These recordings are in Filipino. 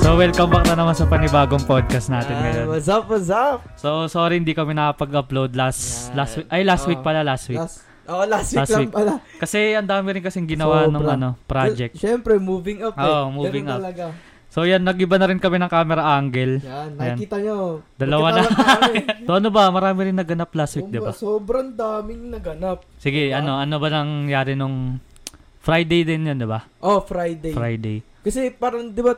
So welcome back na naman sa panibagong podcast natin Ah, ngayon. what's up, what's up? So sorry hindi kami nakapag-upload last Yan. last week. Ay last Oo. week pala last week. Last, oh, last week Last lang week. pala. Kasi ang dami rin kasing ginawa ng Sobra. ano, project. Siyempre, moving up eh. Oo, moving up. Ganun Talaga. So yan nagiba na rin kami ng camera angle. Yan, nakikita nyo. Dalawa na. So ano ba, marami rin naganap last week, 'di ba? Sobrang daming naganap. Sige, Diba? ano ano ba nangyari nung Friday din 'yun, 'di ba? Oh, Friday. Friday. Kasi parang, di ba,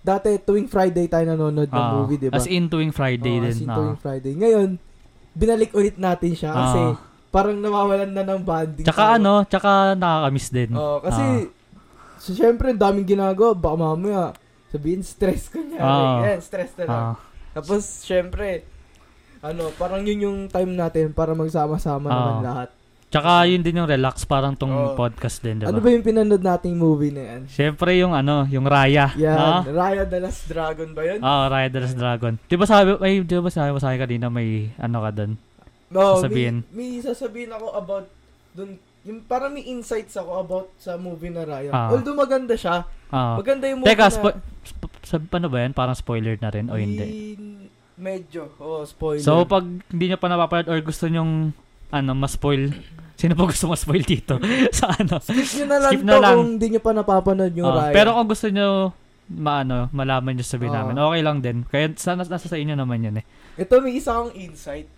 dati tuwing Friday tayo nanonood ng Ah, movie, di ba? As in tuwing Friday Oo, din. as in ah. tuwing Friday. Ngayon, binalik ulit natin siya kasi Ah. parang nawawalan na ng bonding. Tsaka tayo. ano, Ah. tsaka nakakamiss din. Oo, kasi, so, syempre, ang daming ginagawa. Baka mamaya, sabihin, stress ko niya. Oo. Ayan, stress na lang. Ah, Tapos, syempre, ano, parang yun yung time natin para Oo. magsama-sama naman lahat. tsaka yun din yung relax parang tong Oo. podcast din, 'di ba? Ano ba yung pinanood nating movie na yan? Siyempre yung ano, yung Raya. Yan, Ah, Raya the Last Dragon ba yun? Ah, Raya the Last Dragon. Di ba sabi, ay, di ba sabi mo sa akin kanina may ano ka doon? Oo, sasabihin. May, may sasabihin ako about dun, yung parang may insights ako about sa movie na Raya. Ah. Although maganda siya, Ah. maganda yung movie Teka, na... spo- sp- sab- ano ba yan? Parang spoiler na rin o hindi? In- Medyo. Oh, spoiler. So, pag hindi nyo pa napapanood or gusto nyong ano, ma-spoil, sino pa gusto ma-spoil dito? sa ano? skip nyo na lang skip to na lang. kung hindi nyo pa napapanood yung Ah, Raya. pero kung gusto nyo maano, malaman nyo sabihin Ah. namin, okay lang din. Kaya sana nasa sa inyo naman yun eh. Ito may isa akong insight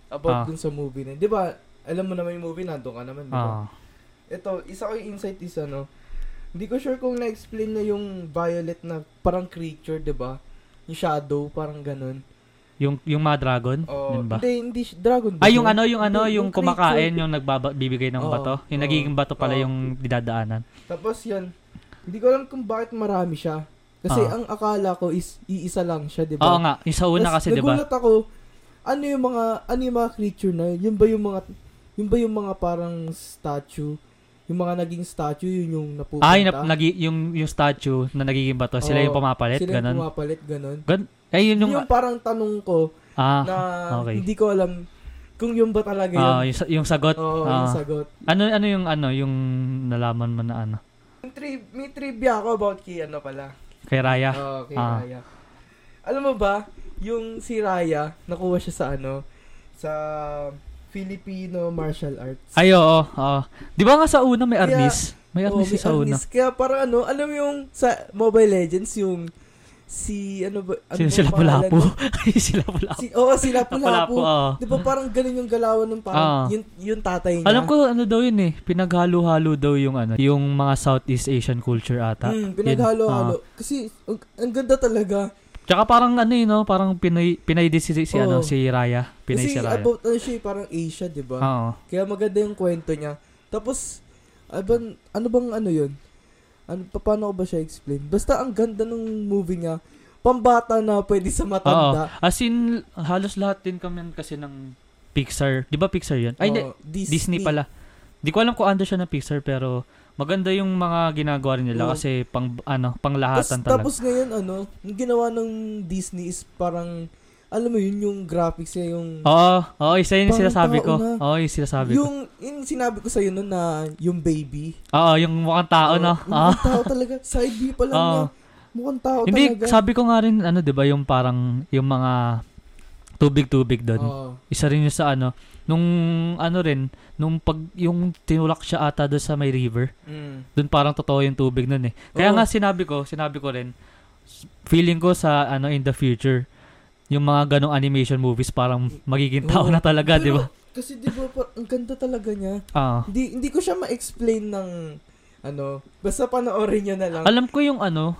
Ah. about dun sa movie na. yun. Di ba, alam mo naman yung movie, nandun ka naman. Di ba? Ah. Ito, isa ko yung insight is ano, hindi ko sure kung na-explain na yung Violet na parang creature, di ba? Yung shadow, parang ganun. yung yung mga dragon, Oh, yun ba? Hindi, hindi, siya- dragon Ay, ba? siya? yung ano, yung ano, Hindi, yung kumakain, yung nagbibigay ng Oo, bato. Yung oo, nagiging bato pala oo. yung didadaanan. Tapos yun, hindi ko alam kung bakit marami siya. Kasi Ah. ang akala ko is iisa lang siya, di ba? Oo nga, yung sa una Diba? Tas kasi, diba? di ba? Nagulat ako, ano yung mga, ano yung mga creature na yun? Yun ba yung mga, yun ba yung mga parang statue? Yung mga naging statue, yun yung napupunta? Ay, na, nagi, yung, yung statue na nagiging bato, sila yung Oo, pumapalit, Sila ganun. yung pumapalit, ganun. Gan- eh, yun Yung, yung, parang tanong ko ah, na okay. hindi ko alam kung yun ba talaga yun. ah, yung, sa- yung sagot. Oo, ah. yung sagot. ano, ano yung, ano, yung nalaman mo na ano, Yung tri- may trivia ako about kay ano pala. kay Raya. Oo, kay ah. Raya. Alam mo ba, yung si Raya, nakuha siya sa ano, sa Filipino martial arts. Ay, oo, oo. Di ba nga sa una may Kaya- arnis? May Oo, arnis may sa una. Arnis. Kaya parang ano, alam mo yung sa Mobile Legends, yung si, ano ba? Ano Sino ba sila pangalan pulapu? nun? Ay, sila pulapu. Si, oo, si Pulapu, Lapu-Lapu. oo. Di ba parang ganun yung galawan ng Ah. parang, yung, yung tatay niya. Alam ko ano daw yun eh, pinaghalo-halo daw yung ano, yung mga Southeast Asian culture ata. Yun, Hmm, pinaghalo-halo. ah. Kasi, ang, ang ganda talaga. tsaka parang ano yun, no? parang Pinoy, Pinay din si, si, Oo. ano, si Raya. Pinay Kasi si Raya. Ah. about ano siya, eh, parang Asia, di ba? Oo. Kaya maganda yung kwento niya. Tapos, aban, ano bang ano yun? Ano, pa- paano ko ba siya explain? Basta ang ganda ng movie niya. Pambata na pwede sa Oo. matanda. As in, halos lahat din kami kasi ng Pixar. Di ba Pixar yun? Ay, hindi. Oo, Disney pala. Di ko alam kung under siya ng Pixar pero maganda yung mga ginagawa rin nila Oo. kasi pang ano, Tapos, panglahatan talaga. tapos ngayon, ano, yung ginawa ng Disney is parang, alam mo yun, yung graphics niya, yung... Oo, oo, isa yun yung Pang sinasabi ko. tao na. Oo, yung sinasabi ko. yung, yung sinabi ko sa'yo nun na yung baby. Oo, yung mukhang tao, no? Oo, Oo. Mukhang tao talaga. Side view pa lang Ah, ano? Oo. niya. Mukhang tao Hindi, talaga. sabi ko nga rin, ano, di ba, yung parang, yung mga tubig-tubig doon. Oo. Isa rin yung sa ano, nung, ano rin, nung pag, yung tinulak siya ata doon sa may river, Mm. doon parang totoo yung tubig nun eh. Kaya Oo. nga sinabi ko, sinabi ko rin, s- feeling ko sa, ano, in the future, yung mga ganong animation movies parang magiging tao Oo. na talaga, di Pero, ba? Kasi di ba, par- ang ganda talaga niya. Ah. Hindi, hindi ko siya ma-explain ng ano. Basta panoorin niyo na lang. Alam ko yung ano,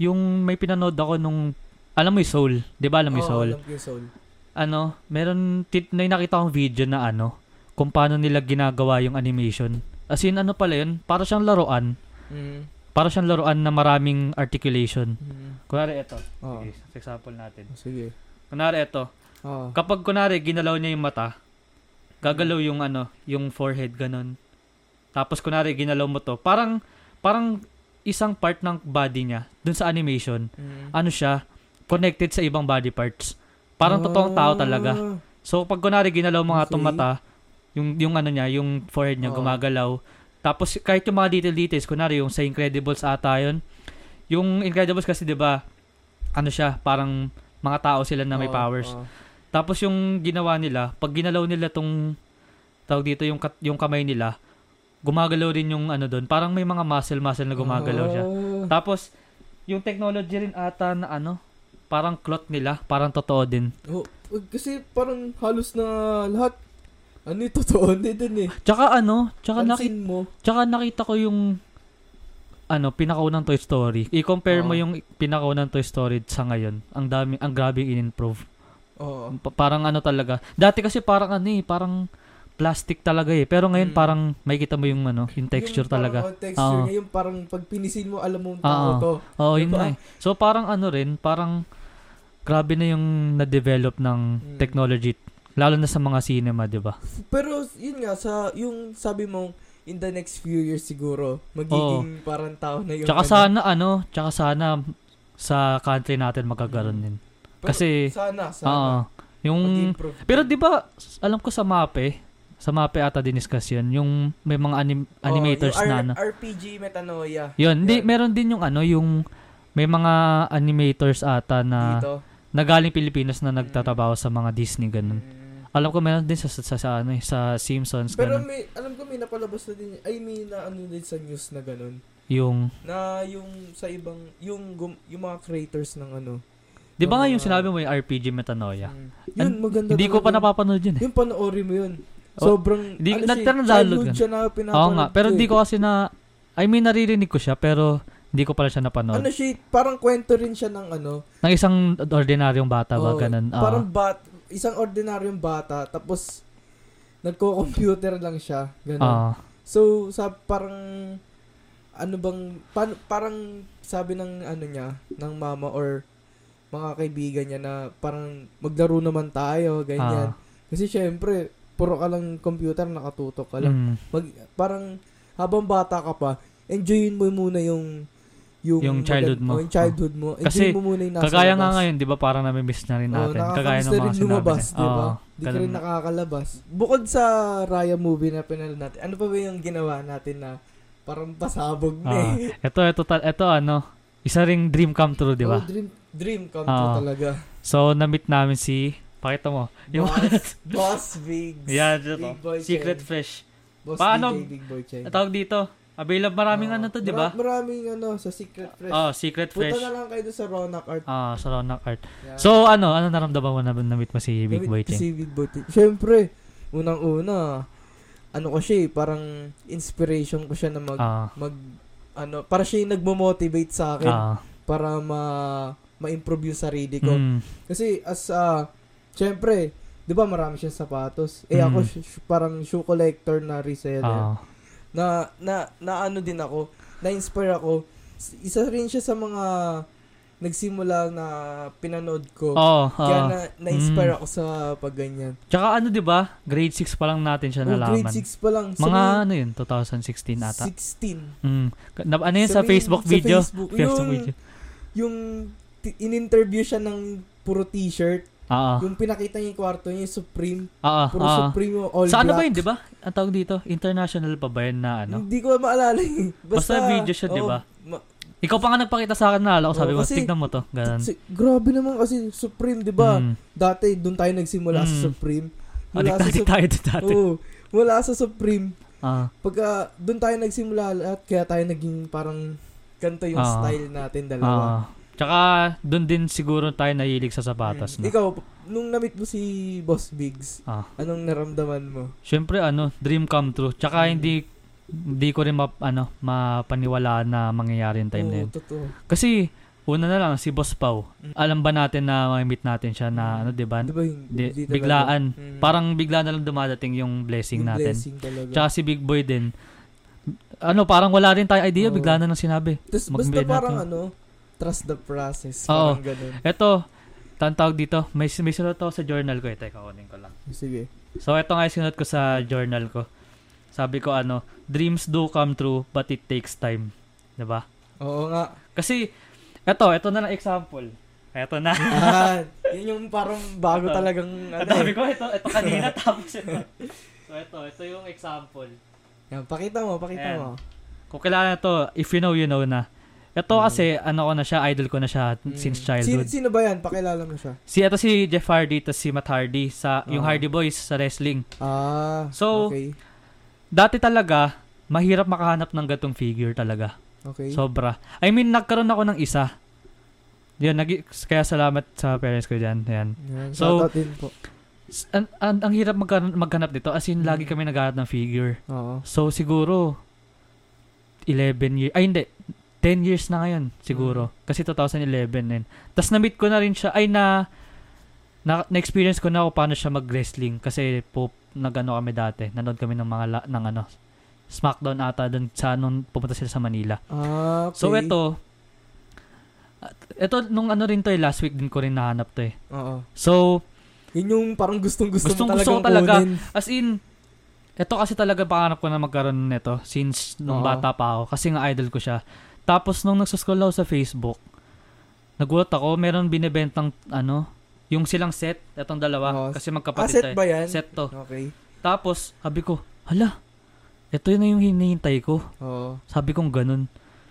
yung may pinanood ako nung, alam mo yung Soul, di ba alam mo yung Oo, Soul? alam ko yung soul. ano, meron, tit, may nakita akong video na ano, kung paano nila ginagawa yung animation. As in, ano pala yun, para siyang laruan. Mm. Para siyang laruan na maraming articulation. Mm. Kunwari ito. Oo. Sige, sa example natin. Sige. Kunwari ito. Oo. Kapag kunwari, ginalaw niya yung mata, gagalaw yung ano, yung forehead, ganun. Tapos kunwari, ginalaw mo to. Parang, parang isang part ng body niya, dun sa animation, Mm. ano siya, connected sa ibang body parts. Parang totoong tao talaga. Ah. So pag kunwari ginalaw mo nga tong Okay. mata, yung yung ano niya, yung forehead niya Oo. gumagalaw. Tapos kahit yung mga detail details, kunwari yung sa Incredibles ata yun. Yung Incredibles kasi 'di ba, ano siya, parang mga tao sila na may Oo, powers. oo. Tapos yung ginawa nila, pag ginalaw nila tong tawag dito yung kat- yung kamay nila, gumagalaw rin yung ano doon. Parang may mga muscle muscle na gumagalaw siya. Ah. Tapos yung technology rin ata na ano, parang cloth nila, parang totoo din. Oo, pag- Oh, kasi parang halos na lahat ano yung totoo hindi din eh. Tsaka ano, tsaka nakita Pansin mo. Tsaka nakita ko yung ano, pinakaunang Toy Story. I-compare mo Oo. yung pinakaunang Toy Story sa ngayon. Ang dami, ang grabe in-improve. Oo. Pa- parang ano talaga. Dati kasi parang ano eh, parang plastic talaga eh. Pero ngayon Mm. parang makikita mo yung ano, yung texture Yung parang, talaga. oh, texture Oo. ngayon parang pag pinisin mo alam mo ang tao Oo. to. Oo, Di yun ba? nga eh. So parang ano rin, parang grabe na yung na-develop ng Mm. technology. Lalo na sa mga cinema, di ba? Pero yun nga sa yung sabi mong in the next few years siguro magiging parang tao na yung Tsaka ano. sana ano, tsaka sana sa country natin magkagaroon din. Mm. Pero Kasi, oo. sana sana Yung, mag-improve. Pero 'di ba, s- alam ko sa MAPE, sa MAPE ata diniscuss 'yun, yung may mga anim- Oo, animators Oh, yung na R- ano. RPG metanoia 'Yun, di, yun. meron din yung ano, yung may mga animators ata na dito. nagaling Pilipinas na nagtatrabaho sa mga Disney ganun. Mm. Alam ko meron din sa sa, sa, sa ano, eh, sa Simpsons Pero ganun. may alam ko may napalabas na din ay may na ano din sa news na ganun. yung na yung sa ibang yung gum, yung mga creators ng ano. 'Di ba nga yung mga- sinabi mo yung RPG Metanoia? Mm. Yun maganda. Hindi ko pa talaga. napapanood 'yun eh. Yung panoorin mo yun. Oh, Sobrang ano hindi- siya, nagtrandownload childhood ka. siya na pinapanood. Oo nga, pero ko eh. hindi ko kasi na I mean naririnig ko siya pero hindi ko pala siya napanood. Ano siya, parang kwento rin siya ng ano. Ng isang ordinaryong bata ba oh, ganun. Ah. Oo. Parang bat, isang ordinaryong bata tapos nagko-computer lang siya, ganun. Oo. So, sa parang ano bang pan- parang sabi ng ano niya, ng mama or mga kaibigan niya na parang maglaro naman tayo, ganyan. Ah. Kasi syempre, puro ka lang computer, nakatutok ka lang. Mm. Mag, parang habang bata ka pa, enjoyin mo muna yung yung, Yung childhood magand- mo. oh, yung childhood mo. Kasi Enjoy mo muna yung nasa Kagaya nga labas. ngayon, di ba parang nami-miss na rin Oo, natin. nakakamiss Kagaya ng na mga rin sinabi. lumabas, na- di ba? Oo, Hindi ka ganun. rin nakakalabas. Bukod sa Raya movie na pinanood natin, ano pa ba yung ginawa natin na parang pasabog na Ah, eh? ito, ito, ta- ito, ano, isa ring dream come true, di ba? Oh, dream, dream come true Ah. talaga. So, na-meet namin si, pakita mo, yung, Boss, Boss Biggs. yan, ito, Big Boy Secret Chen. Fresh. Boss Paano- DJ, Big Boy Chen. Tawag dito, available, maraming Oo. ano to, di ba? Mara- maraming ano, sa Secret Fresh. Oh, Secret Punta Fresh. na lang kayo doon sa Ronak Art. Ah, sa Ronak Art. Yan. So, ano, ano naramdaman mo na na-meet mo si Big Gamit Boy ko Cheng? Si Big Boy Cheng. Siyempre, unang-una, ano ko siya eh, parang inspiration ko siya na mag, Ah, mag ano, para siya yung nagmo-motivate sa akin ah, para ma ma-improve yung sarili ko. mm, Kasi as a, syempre, 'di ba marami siyang sapatos. Eh ako Mm. sh- sh- parang shoe collector na reseller. ah, na na na ano din ako, na-inspire ako. S- Isa rin siya sa mga nagsimula na pinanood ko. oh, Kaya ah. na, na-inspire Mm. ako sa pagganyan. Tsaka ano, di ba, grade 6 pa lang natin siya Oh, grade nalaman. 6 pa lang. Mga Sabihin- ano yun, 2016 ata. 16. Mm. Ka- Na, ano yun sa Sabihin- Facebook sa video? Facebook. Facebook Yung- video. Yung t- in-interview siya ng puro t-shirt. Oo. Yung pinakita niya yung kwarto niya, yung Supreme. Oo. Puro oo. Supreme yung all ah, Sa ano ba black. yun, di ba? Ang tawag dito, international pa ba yun na ano? Hindi ko maalala eh. Basta video siya, di oo, ba? ma- Ikaw pa nga nagpakita sa akin na alam ko, sabi mo, Oo, kasi- tignan mo to. Ganun. si- grabe naman kasi Supreme, di ba? Mm. Dati, doon tayo nagsimula sa Mm. Supreme. Mula sa Adik-adik Supreme. tayo dito dati. Oo. Wala sa Supreme. Ah. Pagka doon tayo nagsimula lahat, kaya tayo naging parang ganito yung Ah. style natin dalawa. Ah. Tsaka, doon din siguro tayo nahilig sa sapatos. Mm. No? Ikaw, nung na-meet mo si Boss Biggs, Ah. anong naramdaman mo? Siyempre, ano, dream come true. Tsaka, Mm. hindi hindi ko rin map, ano, mapaniwalaan na mangyayari yung time na Oo, yun. totoo. Kasi, una na lang, si Boss Pau. Alam ba natin na ma-meet natin siya na, ano, di ba? Di ba yung Di- di talaga? biglaan. Mm. Parang bigla na lang dumadating yung blessing Yung natin. blessing talaga. Tsaka si Big Boy din. Ano, parang wala rin tayo idea, Oo. bigla na lang sinabi. Tas, basta mag-blend parang natin. ano, trust the process. Oo. Parang ganun. Eto, tan tawag dito, may, may sulat ako sa journal ko. Eh, teka, kunin ko lang. Sige. So, eto nga yung sinulat ko sa journal ko. Sabi ko ano, dreams do come true, but it takes time. 'Di ba? Oo nga. Kasi, eto, eto na lang example. Eto na. Yan. Yan yung parang bago Ito. talagang Ang ano dami eh. ko, ito, ito kanina, tapos ito. So, ito, ito yung example. Yan, pakita mo, pakita Ayan. mo. Kung kailangan na to, if you know, you know na. Ito kasi, ano ko na siya, idol ko na siya since childhood. Hmm. Sino, sino ba yan? Pakilala mo siya. Si ito si Jeff Hardy tapos si Matt Hardy sa yung Oo. Hardy Boys sa wrestling. Ah, So, okay. Dati talaga mahirap makahanap ng gatong figure talaga. Okay. Sobra. I mean nagkaroon ako ng isa. Yun, nag- kaya salamat sa parents ko diyan. Ayan. Yan, so- shoutout din po. S- An, an, ang hirap magka- maghanap dito as in lagi kami naghahanap ng figure. Oo. So siguro 11 years ay hindi 10 years na ngayon siguro kasi 2011 yun. Tapos na-meet ko na rin siya ay na na, experience ko na ako paano siya mag-wrestling kasi po nagano kami dati. Nanood kami ng mga la- ng ano SmackDown ata doon sa nung pumunta sila sa Manila. Ah, okay. So eto at- eto nung ano rin to eh last week din ko rin nahanap to eh. Oo. So Yun yung parang gustong-gusto Gustong-gusto mo ko talagang talaga. kunin. As in, eto kasi talaga pangarap ko na magkaroon nito since nung Oo. bata pa ako kasi nga idol ko siya. Tapos nung nagsuscroll ako sa Facebook, nagulat ako, meron binebentang ano, yung silang set, etong dalawa, Oo. kasi Ah, magkapatid set tayo. ba yan? Set to. Okay. Tapos, sabi ko, hala, ito na yung hinihintay ko. Oo. Sabi kong ganun.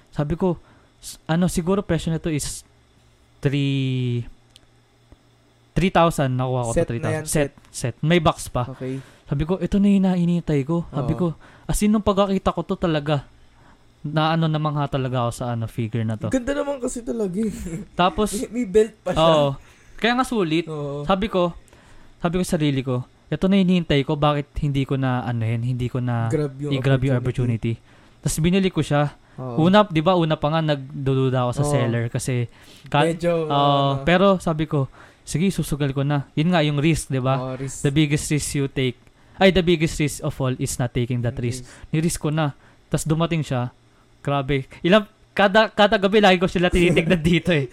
Sabi ko, s- ano, siguro presyo nito is 3... 3,000 nakuha ko Set to, na 3,000. yan, Set, set. May box pa. Okay. Sabi ko, ito na yung hinahinintay ko. Sabi ko, Oo. as in, nung pagkakita ko to talaga, na ano namang ha talaga ako sa ano, figure na to. Ganda naman kasi talaga eh. Tapos, May, may belt pa siya. oo. Kaya nga sulit. Oo. Sabi ko, sabi ko sa sarili ko, ito na hinihintay ko, bakit hindi ko na ano yun, hindi ko na Grab yung i-grab yung opportunity. Tapos binili ko siya. Oo. Una, di ba, una pa nga nagdududa ako sa Oo. seller kasi, ka- oo, Medyo, ano, Ah, pero sabi ko, sige, susugal ko na. Yun nga, yung risk, di ba? oo, risk. diba? the biggest risk you take, ay the biggest risk of all is not taking that risk. Mm-hmm. Ni-risk ko na. Tapos dumating siya. Grabe. Ilang, kada, kada gabi lagi ko sila tinitignan dito eh.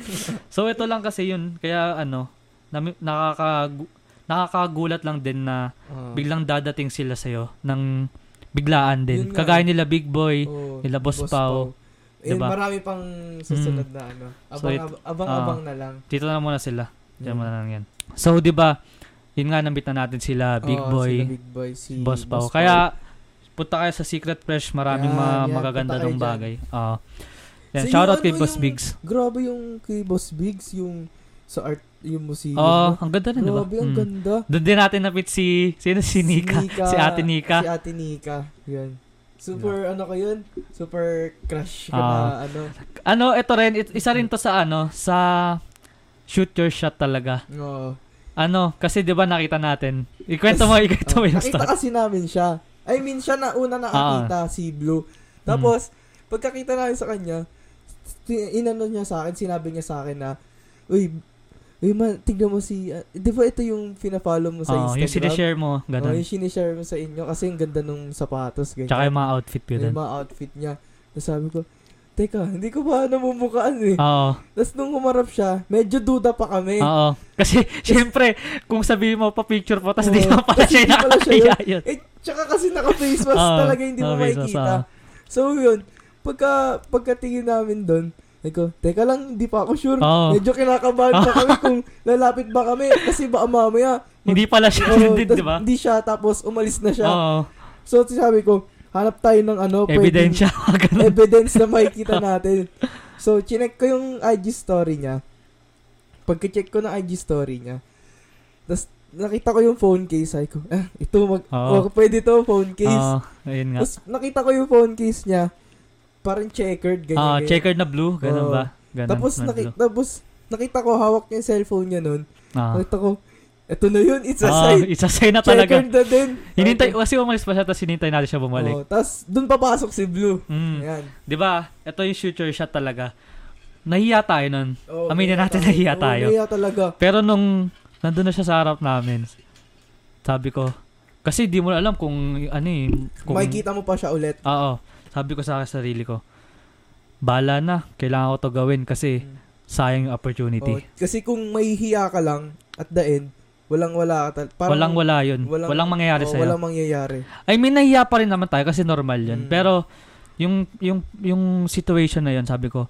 So ito lang kasi yun. Kaya ano, nami, nakakagu- nakakagulat lang din na Oo. biglang dadating sila sa'yo ng biglaan din. Yun nga. eh. Oh. Kagaya nila Big Boy. Oo, nila Boss Boss Pao. Eh, Diba? Mm. marami pang susunod na ano. So, it- Abang, abang, abang na lang. Dito na muna sila. Diyan Yun. muna lang yan. So di ba, yun nga nambit na natin sila Big Oo, Boy. sila Big Boy, si Boss Pao. Kaya, punta kayo sa Secret Fresh. Maraming Yan, mga yan. magaganda Punta kayo ng dyan. bagay. Oo. Yan, So, shoutout yung kay ano, Boss yung- Biggs. Grabe yung kay Boss Biggs, yung sa art, yung museo. Oo, ang ganda rin, di ba? Grabe, ang Mm. ganda. Doon din natin napit si, sino si Nika? Si Ate Nika. Si Ate Nika. Yan. Super, ano ko yun? Super crush Ah. ko na, ano. Ano, ito rin, it- isa rin to sa ano, sa shoot your shot talaga. Oo. Ano, kasi di ba nakita natin. Ikwento mo, ikwento mo yung Nakita start. kasi namin siya. I mean, siya na una nakakita, Ah. si Blue. Hmm. Tapos, pagkakita namin sa kanya, si- inano niya sa akin, sinabi niya sa akin na, Uy, uy man, tignan mo si, ah, di ba ito yung pina-follow mo Oo, sa Ah, yung Instagram? sinishare mo, Oh, ganun. yung sinishare mo sa inyo kasi ang ganda nung sapatos, ganyan. Tsaka yung mga outfit ko din. yung mga outfit niya. Tapos sabi ko, Teka, hindi ko ba namumukaan eh. Oo, Tapos nung humarap siya, medyo duda pa kami. oo. Kasi, syempre, kung sabihin mo pa picture po, tapos di Oo, na pala tas siya hindi pala siya yun. nakakaya yun. Eh, tsaka kasi naka-face mask Oo, talaga, hindi Ah, mo naka-face mask, ah. makikita. So, yun. Pagka, pagkatingin namin doon, ko, teka lang, hindi pa ako sure. Oo. Medyo kinakabahan pa kami kung lalapit ba kami. Kasi baka mamaya, Hindi pala siya oo, din, tas di ba? Ah. Hindi siya, tapos umalis na siya. Oo. So, sabi ko, hanap tayo ng ano, pwedeng- Ebidensya. Ganun. evidence na makikita natin. So, chinek ko yung IG story niya. Pagka-check ko ng IG story niya, tapos nakita ko yung phone case. Sabi ko, ah, ito, mag, Oo. oh, pwede to, phone case. Oo, ayun Ah, nga. Tapos nakita ko yung phone case niya, parang checkered, ganyan. Ah, ganyan. checkered na blue, ganun Oo. ba? Ganun, Tapos, na naki- blue. tapos nakita ko, hawak niya yung cellphone niya nun. Ah. Nakita ko, ito na yun, it's a Ah, sign. it's a sign na talaga. Checkered na din. Hinintay, kasi umalis pa siya, tapos hinintay natin siya bumalik. Oh, tapos doon papasok si Blue. Mm. Ayan. Di ba? Ito yung future shot talaga. Nahiya tayo nun. Oh, Aminin nahiya natin, tayo. nahiya Oo, tayo. nahiya talaga. Pero nung nandun na siya sa harap namin, sabi ko, kasi di mo na alam kung ano eh. Kung, Makikita mo pa siya ulit. Oo. Sabi ko sa sarili ko, bala na, kailangan ko to gawin kasi Mm. sayang yung opportunity. Oh, kasi kung mahihiya ka lang at the end, walang wala ka. tal- parang- walang wala yun. Walang, mangyayari oh, sa'yo. Walang mangyayari. I mean, nahiya pa rin naman tayo kasi normal yun. Mm. Pero, yung, yung, yung situation na yun, sabi ko,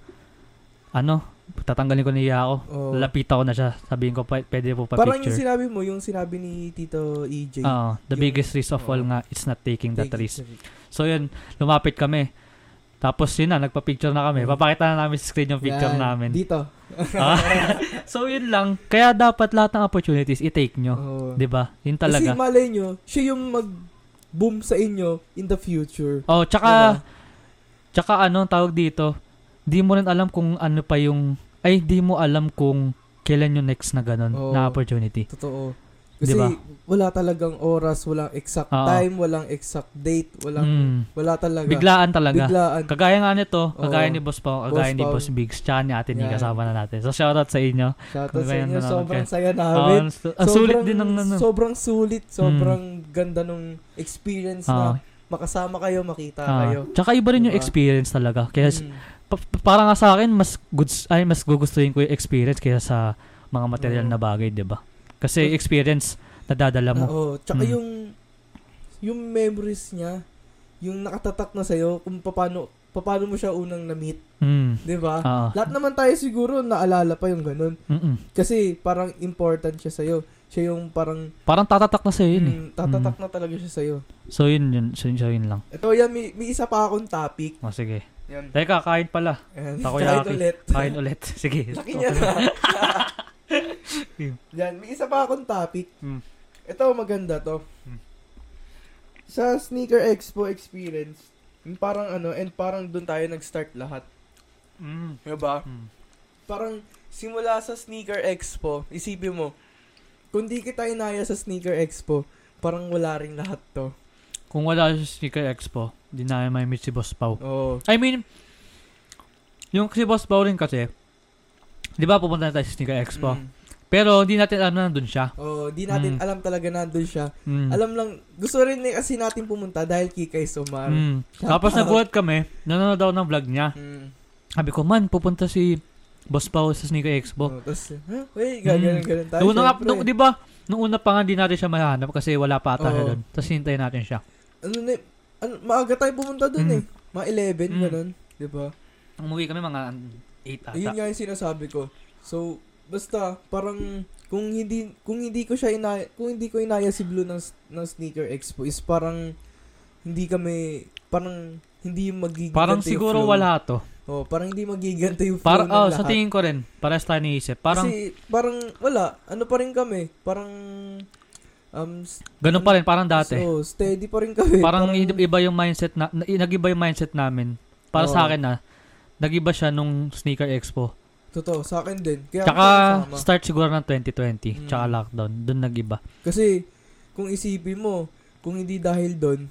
ano, tatanggalin ko niya ako. Oh. Lapita ko na siya. Sabihin ko, "Pa- pwede po pa Parang yung picture. sinabi mo, yung sinabi ni Tito E EJ. Oo, the yung- biggest risk of all oo. nga, it's not taking that Take- risk. So yun, lumapit kame. Tapos yun na, nagpa-picture na kami. Papakita na namin sa screen yung picture Yan. namin. Dito. Ah. so yun lang. Kaya dapat lahat ng opportunities i-take nyo. Oo. 'Di ba? Yun Oh. Kasi talaga. malay nyo, siya yung mag-boom sa inyo in the future. Diba? oh, tsaka tsaka ano ang tawag dito? Di mo rin alam kung ano pa yung ay di mo alam kung kailan yung next na ganun Oo. na opportunity. Totoo. Kasi Diba? wala talagang oras, walang exact Oo. time, walang exact date, walang Mm. wala talaga. Biglaan talaga. Biglaan. Kagaya nga nito, kagaya Oo. ni Boss Pao, kagaya Boss ni Pao. Boss Bigs, tsaka ni ate ni Yan. kasama na natin. So shoutout sa inyo. Shoutout sa kagaya inyo, na naman sobrang kayo. saya Ah, namin. ang su- ang sulit Sobrang- din ng ano. Sobrang sulit, sobrang ganda nung experience Ah, na makasama kayo, makita ah. kayo. Tsaka iba rin yung Diba? experience talaga. Kaya Mm. pa- pa- para nga sa akin mas goods ay mas gugustuhin ko yung experience kaysa sa mga material Oo. na bagay, 'di ba? Kasi experience nadadala mo. Mm. Oo. Tsaka Mm. yung yung memories niya, yung nakatatak na sa'yo, kung paano, paano mo siya unang na-meet, Mm. di ba? Ah. Lahat naman tayo siguro naalala pa yung ganun. Mm-mm. Kasi parang important siya sa'yo. Siya yung parang Parang tatatak na sa'yo yun eh. mm, tatatak na talaga siya sa'yo. So yun yun, so yun, so yun lang. Ito, yan, may, may isa pa akong topic. O sige. Yan. Teka, kain pala. Takoyaki. Kahit ulit. Kain ulit. Sige. Laki niya na. yan, may isa pa akong topic. Mm. Ito, maganda to. Mm. Sa Sneaker Expo experience, yung parang ano, and parang doon tayo nag-start lahat. Mm. Diba? Mm. Parang simula sa Sneaker Expo, isipin mo, kung di kita inaya sa Sneaker Expo, parang wala rin lahat to. Kung wala si Sneaker Expo, di namin may meet si Boss Pau. Oo. I mean, yung si Boss Pau rin kasi, di ba pupunta na tayo sa Sneaker Expo? Mm. Pero hindi natin alam na nandun siya. Oo, di natin Mm. alam talaga nandun siya. Mm. Alam lang, gusto rin niya kasi natin pumunta dahil Kikay Sumar. Mm. Mm. Tapos nagulat kami, nanonood daw ng vlog niya. Hmm. Sabi ko, man, pupunta si Boss Pao sa Sneaker Expo. Oo, Tapos, huh? Oh, Uy, Mm. gaganon ganon tayo. Noong Oh. una nga, syempre. noong- di ba, noong una pa nga di natin siya mahanap kasi wala pa ata siya Oo. doon. Tapos hintayin natin siya. ano na, ano, maaga tayo pumunta dun Mm. eh. Mga 11, Mm. ganon. Diba? Umuwi kami mga 8 ata. Ayun nga yung sinasabi ko. So, basta, parang, kung hindi, kung hindi ko siya inaya, kung hindi ko inaya si Blue ng, ng Sneaker Expo, is parang, hindi kami, parang, hindi magiging Parang ganito yung siguro flow. wala to. Oh, parang hindi magiging ganito yung flow Para, ng oh, sa lahat. tingin ko rin, parehas tayo naisip. Parang Kasi, parang, wala. Ano pa rin kami? Parang, um, s- ganun pa rin, parang dati. So, steady pa rin kami. eh, parang iba yung mindset na, na- nagiba yung mindset namin. Para Oo. sa akin na, nagiba siya nung Sneaker Expo. Totoo, sa akin din. Kaya ako Tsaka sama. start siguro ng 2020, Mm. tsaka lockdown. Doon nagiba. Kasi, kung isipin mo, kung hindi dahil doon,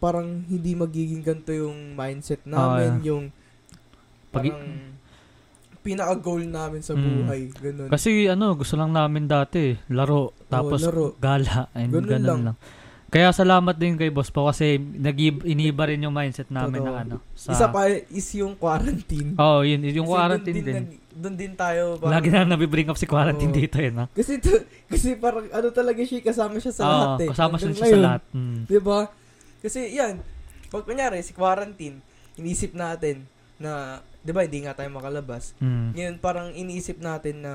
parang hindi magiging ganito yung mindset Oo, namin, yung Ah, Pag- parang pinaka-goal namin sa Mm. buhay. Ganun. Kasi ano, gusto lang namin dati, laro, tapos laro. gala, and Ganun ganun, lang. lang. Kaya salamat din kay Boss Pao kasi nag iniba rin yung mindset namin Totoo. na ano. Sa, Isa pa is yung quarantine. Oh, yun, yun, yung Kasi quarantine dun din. nag- Doon din tayo. Parang, Lagi na nabibring up si quarantine Oo. dito eh, no? Kasi, to- kasi parang ano talaga siya, kasama siya sa Oo, lahat eh. Ah, kasama siya Hanggang sa ngayon. lahat. Mm. Diba? Kasi yan, pag kunyari, si quarantine, inisip natin na, diba, hindi nga tayo makalabas. Mm. Ngayon, parang iniisip natin na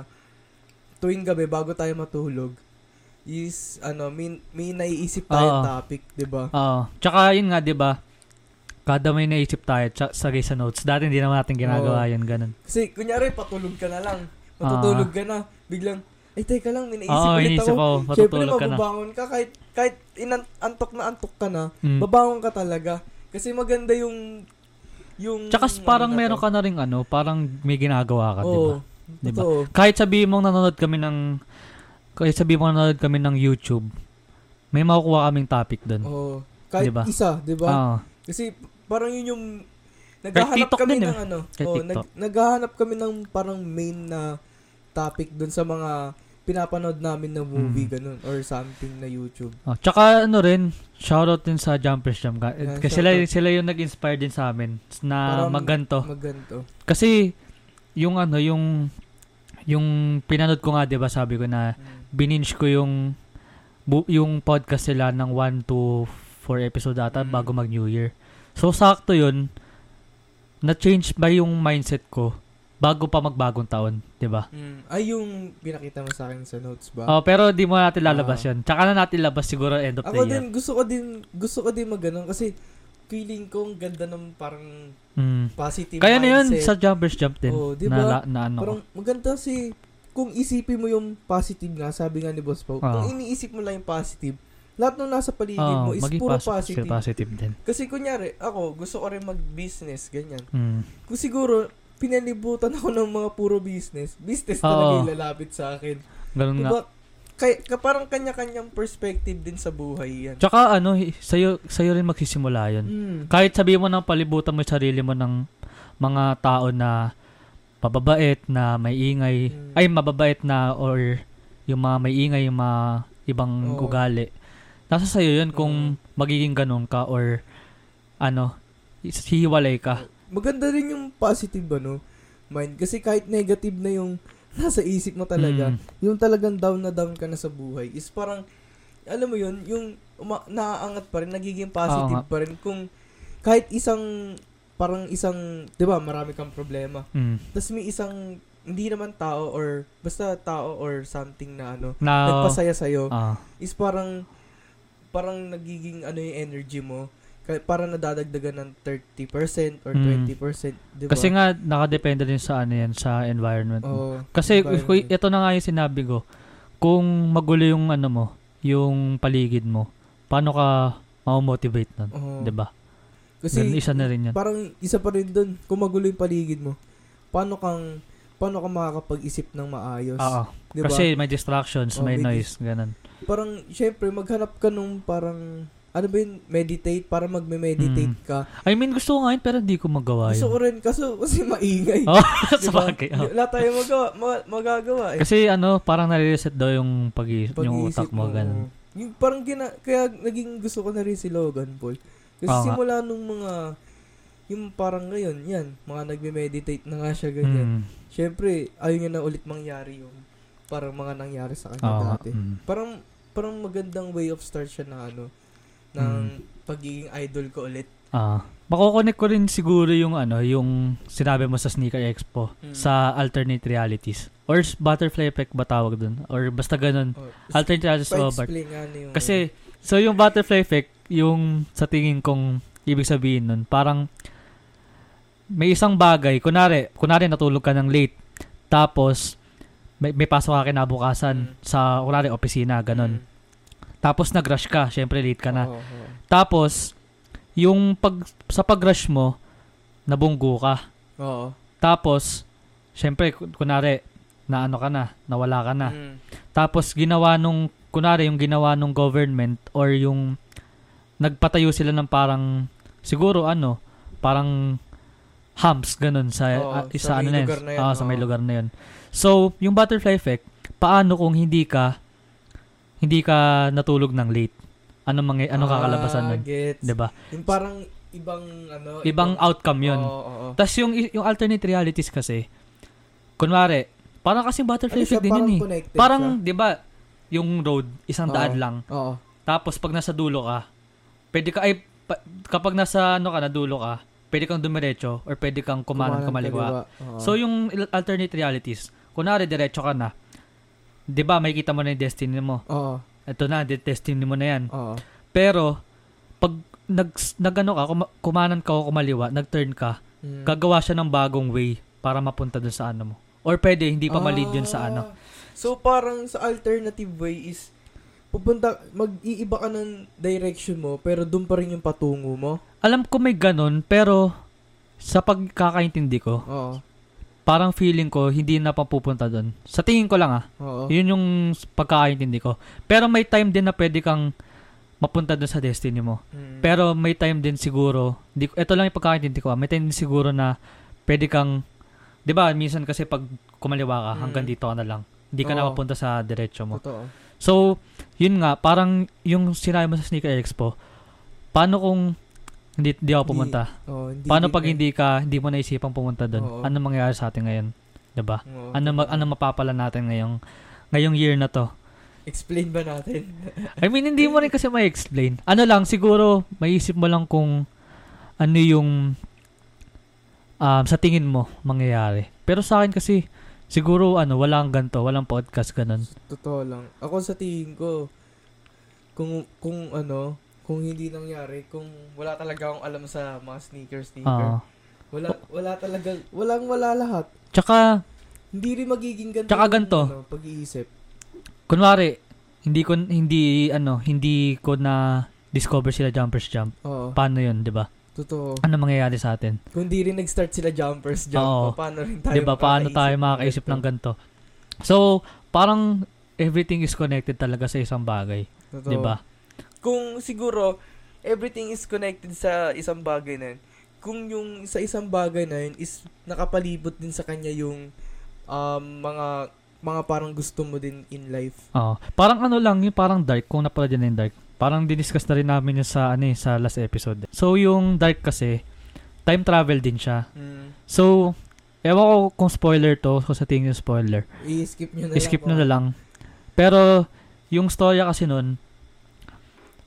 tuwing gabi bago tayo matulog is ano, may, may naiisip Oo. tayong topic, diba? 'di ba? Oo. Tsaka yun nga, di ba? Kada may naisip tayo, tsa, sagay sa notes. Dati hindi naman natin ginagawa yun, ganun. Kasi kunyari patulog ka na lang, matutulog ka na, biglang ay teka lang, may naisip Oo, ulit iniisip ako. ako, Siyempre, matutulog ka na. mababangon ka, kahit, kahit inan- antok na antok ka na, Mm. babangon ka talaga. Kasi maganda yung... yung Tsaka s- parang meron ka na rin ano, parang may ginagawa ka, di ba? Oo, Di ba? totoo. Kahit sabihin mong nanonood kami ng kahit sabihin mong nanonood kami ng YouTube, may makukuha kaming topic doon. Oo. Oo. Kahit Diba? isa, di Oh, ba? Kasi parang yun yung naghahanap TikTok kami din, eh. ng ano. Kahit Oh, TikTok. nag- naghahanap kami ng parang main na topic dun sa mga pinapanood namin na movie Mm. ganun or something na YouTube. Oh, tsaka ano rin, shoutout din sa Jumpers Jam. Ka- Yan, kasi sila, shoutout. sila yung nag-inspire din sa amin na Parang magganto. Maganto. Kasi yung ano, yung yung pinanood ko nga, 'di ba, sabi ko na Mm. bininge ko yung bu- yung podcast nila ng 1 to 4 episode ata Mm. bago mag New Year. So sakto 'yun. Na-change ba yung mindset ko bago pa magbagong taon, 'di ba? Mm. Ay yung pinakita mo sa akin sa notes ba? Oh, pero di mo natin lalabas Ah. 'yun. Tsaka na natin labas siguro end of the Ako year. din gusto ko din gusto ko din maganon kasi feeling ko ang ganda ng parang Mm. positive Kaya na yun mindset. sa jumpers jump din. Oo, di na, ba? la- na ano. ko. Parang maganda si kung isipin mo yung positive nga, sabi nga ni Boss Pau, Ah. kung iniisip mo lang yung positive, lahat ng nasa paligid Oo, mo is Oh, maging puro posi- positive. positive din. Kasi kunyari, ako, gusto ko rin mag-business, ganyan. Mm. Kung siguro, pinalibutan ako ng mga puro business, business talaga Ah, Oo. yung lalapit sa akin. Ganun nga. Diba? Kay, ka, parang kanya-kanyang perspective din sa buhay yan. Tsaka ano, hi- sa'yo, sa'yo rin magsisimula yun. Mm. Kahit sabihin mo ng palibutan mo yung sarili mo ng mga tao na mababait, na may ingay, Mm. ay mababait na or yung mga may ingay, yung mga ibang Oo. ugali. Nasa sa'yo yun kung magiging ganun ka or ano, is- hihiwalay ka. Maganda rin yung positive, ano, mind. Kasi kahit negative na yung nasa isip mo talaga, Mm. yung talagang down na down ka na sa buhay is parang alam mo yun yung uma- naaangat pa rin nagiging positive Oo pa rin kung kahit isang parang isang 'di ba marami kang problema Mm. tapos may isang hindi naman tao or basta tao or something na ano Na, nagpasaya sa'yo ah, is parang parang nagiging ano yung energy mo kaya para nadadagdagan ng 30% or Mm. 20% di ba kasi nga, nakadepende din sa ano yan, sa environment mo. Oo. Kasi Environment. kung- ito na nga yung sinabi ko, kung magulo yung ano mo, yung paligid mo, paano ka ma-motivate nun? Oo. 'Di ba? kasi Ganun, isa na rin 'yan. parang isa pa rin doon, kung magulo yung paligid mo, paano kang paano ka makakapag-isip ng maayos? Oo. Di ba? Kasi may distractions, diba? Oo, may, may noise, ganun. parang syempre maghanap ka nung parang ano ba yun, meditate, para magme-meditate ka. I mean, gusto ko nga yun, pero hindi ko magawa Gusto ko Mm. yun. rin, diba? kaso kasi maingay. Oo, Di ba? sabagay, oo. Wala tayong magawa, ma- magagawa eh. Kasi ano, parang nare-reset daw yung pag yung Pag-iisip utak mo, ganun. Yung parang gina- kaya naging gusto ko na rin si Logan Paul. Kasi Oo nga. simula nung mga, yung parang ngayon, yan, mga nagme-meditate na nga siya ganyan. Mm. Siyempre, ayaw niya na ulit mangyari yung parang mga nangyari sa kanya Oo nga, dati. mm. Parang parang magandang way of start siya na ano ng Hmm. pagiging idol ko ulit. Ah. Makokonek ko rin siguro yung ano, yung sinabi mo sa Sneaker Expo Mm. sa alternate realities or s- butterfly effect ba tawag dun? or basta ganun. Oh, Alternate realities o but explain nga ano yung kasi so yung butterfly effect yung sa tingin kong ibig sabihin nun parang may isang bagay kunari kunari natulog ka ng late tapos may, may pasok ka kinabukasan Mm. sa kunari opisina ganun Mm. tapos nag-rush ka syempre late ka na Oo, oo. tapos yung pag sa pag-rush mo nabunggo ka Oo. tapos, syempre, kun- kunari, na ano ka na, nawala ka na. Mm. Tapos, ginawa nung, kunari, yung ginawa nung government or yung nagpatayo sila ng parang, siguro ano, parang humps, ganun, sa, Oo, a- sa isa may ano na yun. lugar na yun, Oo, sa may oo. lugar na yun. So, yung butterfly effect, paano kung hindi ka, hindi ka natulog ng late? Ano mga ano kakalabasan Ah, nun? gets. 'Di ba? Yung parang ibang ano Ibang outcome 'yun. Oo, oo, oo. Tapos yung, yung alternate realities kasi, kunwari, parang kasi butterfly Ano siya, effect din yun eh. connected Parang, di ba, yung road, isang Oo. daan lang. siya. Oo. Tapos pag nasa dulo ka, pwede ka, ay, pa- kapag nasa, ano ka, na dulo ka, pwede kang dumiretso or pwede kang kumanan, Kumanan, kumaliwa. kaliwa. Oo. So yung il- alternate realities, kunwari diretso ka na, di ba, makikita mo na yung destiny mo. Oo. Ito na, di- destiny mo na yan. Oo. Pero, pag nag, nagano ka, kuma- kumanan ka o kumaliwa, nag-turn ka, Mm. gagawa siya ng bagong way para mapunta dun sa ano mo. Or pwede, hindi pa malid yun sa ano. Ah. So, parang sa alternative way is, pupunta, mag-iiba ka ng direction mo, pero doon pa rin yung patungo mo. Alam ko may ganun, pero sa pagkakaintindi ko, Oo. parang feeling ko hindi na papupunta dun. Sa tingin ko lang ah, Oo. yun yung s- pagkakaintindi ko. Pero may time din na pwede kang mapunta dun sa destiny mo. Mm. Pero may time din siguro, di, ito lang yung pagkakaintindi ko ah, may time din siguro na pwede kang, di ba, minsan kasi pag kumaliwa ka, Mm. hanggang dito ka na lang. Hindi ka na Oo. mapunta sa diretso mo. Totoo. So, yun nga, parang yung sinabi mo sa Sneaker Expo, paano kung hindi, hindi ako Hindi- pumunta? Oo, hindi paano din eh. pag na- hindi ka, hindi mo naisipang pumunta Oo. doon? Ano mangyayari sa atin ngayon? 'Di ba? Oo. diba? Ano, ma- ano mapapala natin ngayong, ngayong year na to? Explain ba natin? I mean, hindi mo rin kasi ma-explain. Ano lang, siguro, maisip mo lang kung ano yung um, sa tingin mo mangyayari. Pero sa akin kasi, siguro, ano, walang ganto, walang podcast, ganun. Totoo lang. Ako sa tingin ko, kung, kung ano, kung hindi nangyari, kung wala talaga akong alam sa mga sneaker Oo. sneaker. Wala wala talaga, walang wala lahat. Tsaka, Hindi rin magiging ganito. Tsaka yung, ganito. ano, pag-iisip. kunwari, hindi ko, hindi, ano, hindi ko na discover sila jumpers jump. Oo. Paano yun, di ba? totoo. Ano mangyayari sa atin? Kung di rin nag-start sila jumpers jump, Oo. paano rin tayo Di ba? Paano makakaisip tayo ng makakaisip ng ganito? ganito? So, parang everything is connected talaga sa isang bagay. Totoo. Di ba? kung siguro everything is connected sa isang bagay na yun, kung yung sa isang bagay na yun is nakapalibot din sa kanya yung um, mga mga parang gusto mo din in life. Oo. Parang ano lang, yung parang dark, kung napala dyan na yung dark. Parang diniscuss na rin namin yun sa, ano, eh, sa last episode. So, yung dark kasi, time travel din siya. Mm. So, ewan ko kung spoiler to, kung sa tingin yung spoiler. I-skip nyo na Skip lang. na na lang. Pero, yung storya kasi nun,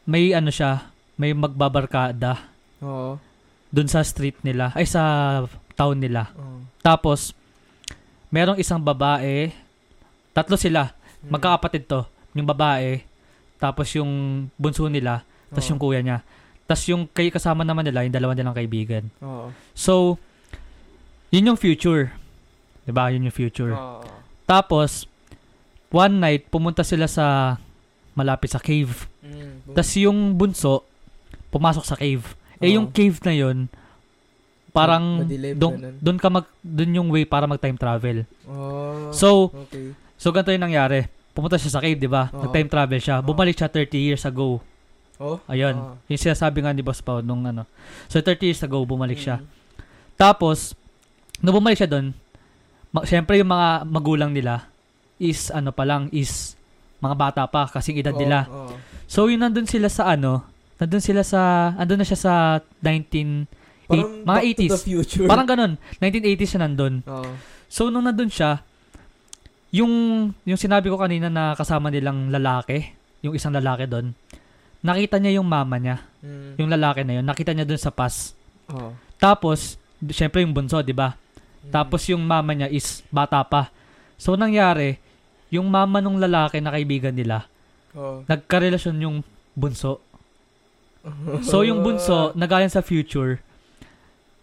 may ano siya, may magbabarkada Oo. dun sa street nila, ay sa town nila. Oo. Tapos, merong isang babae, tatlo sila, Mm. magkakapatid to, yung babae, tapos yung bunso nila, tapos Oo. yung kuya niya. Tapos yung kay kasama naman nila, yung dalawa nilang kaibigan. Oo. So, yun yung future. 'Di ba Yun yung future. Oo. Tapos, one night, pumunta sila sa malapit sa cave. Mm. Tapos yung bunso, pumasok sa cave. Eh, Oo. yung cave na yun, parang Madilim, ganun. doon doon ka mag doon yung way para mag time travel. Oo. So, okay. so ganito yung nangyari. Pumunta siya sa cave, 'di ba? Oo. Nag time travel siya. Oo. Bumalik siya 30 years ago. Oh. Ayun. Oo. Yung sinasabi nga ni Boss Pao nung ano. So 30 years ago bumalik siya. Mm. Tapos nung bumalik siya doon, ma- syempre yung mga magulang nila is ano pa lang is mga bata pa kasing edad nila. Oo. So yun nandun sila sa ano, nandun sila sa andun na siya sa 19 Parang Eight- mga back to the 80s. future. parang ganun, 1980s siya nandun. Oo. So nung nandun siya, yung yung sinabi ko kanina na kasama nilang lalaki, yung isang lalaki doon, nakita niya yung mama niya, Mm. yung lalaki na yun, nakita niya doon sa past. Oo. Tapos, d- syempre yung bunso, di ba? Mm. Tapos yung mama niya is bata pa. So, nangyari, yung mama nung lalaki na kaibigan nila, Oo. nagkarelasyon yung bunso. So, yung bunso, nagaling sa future,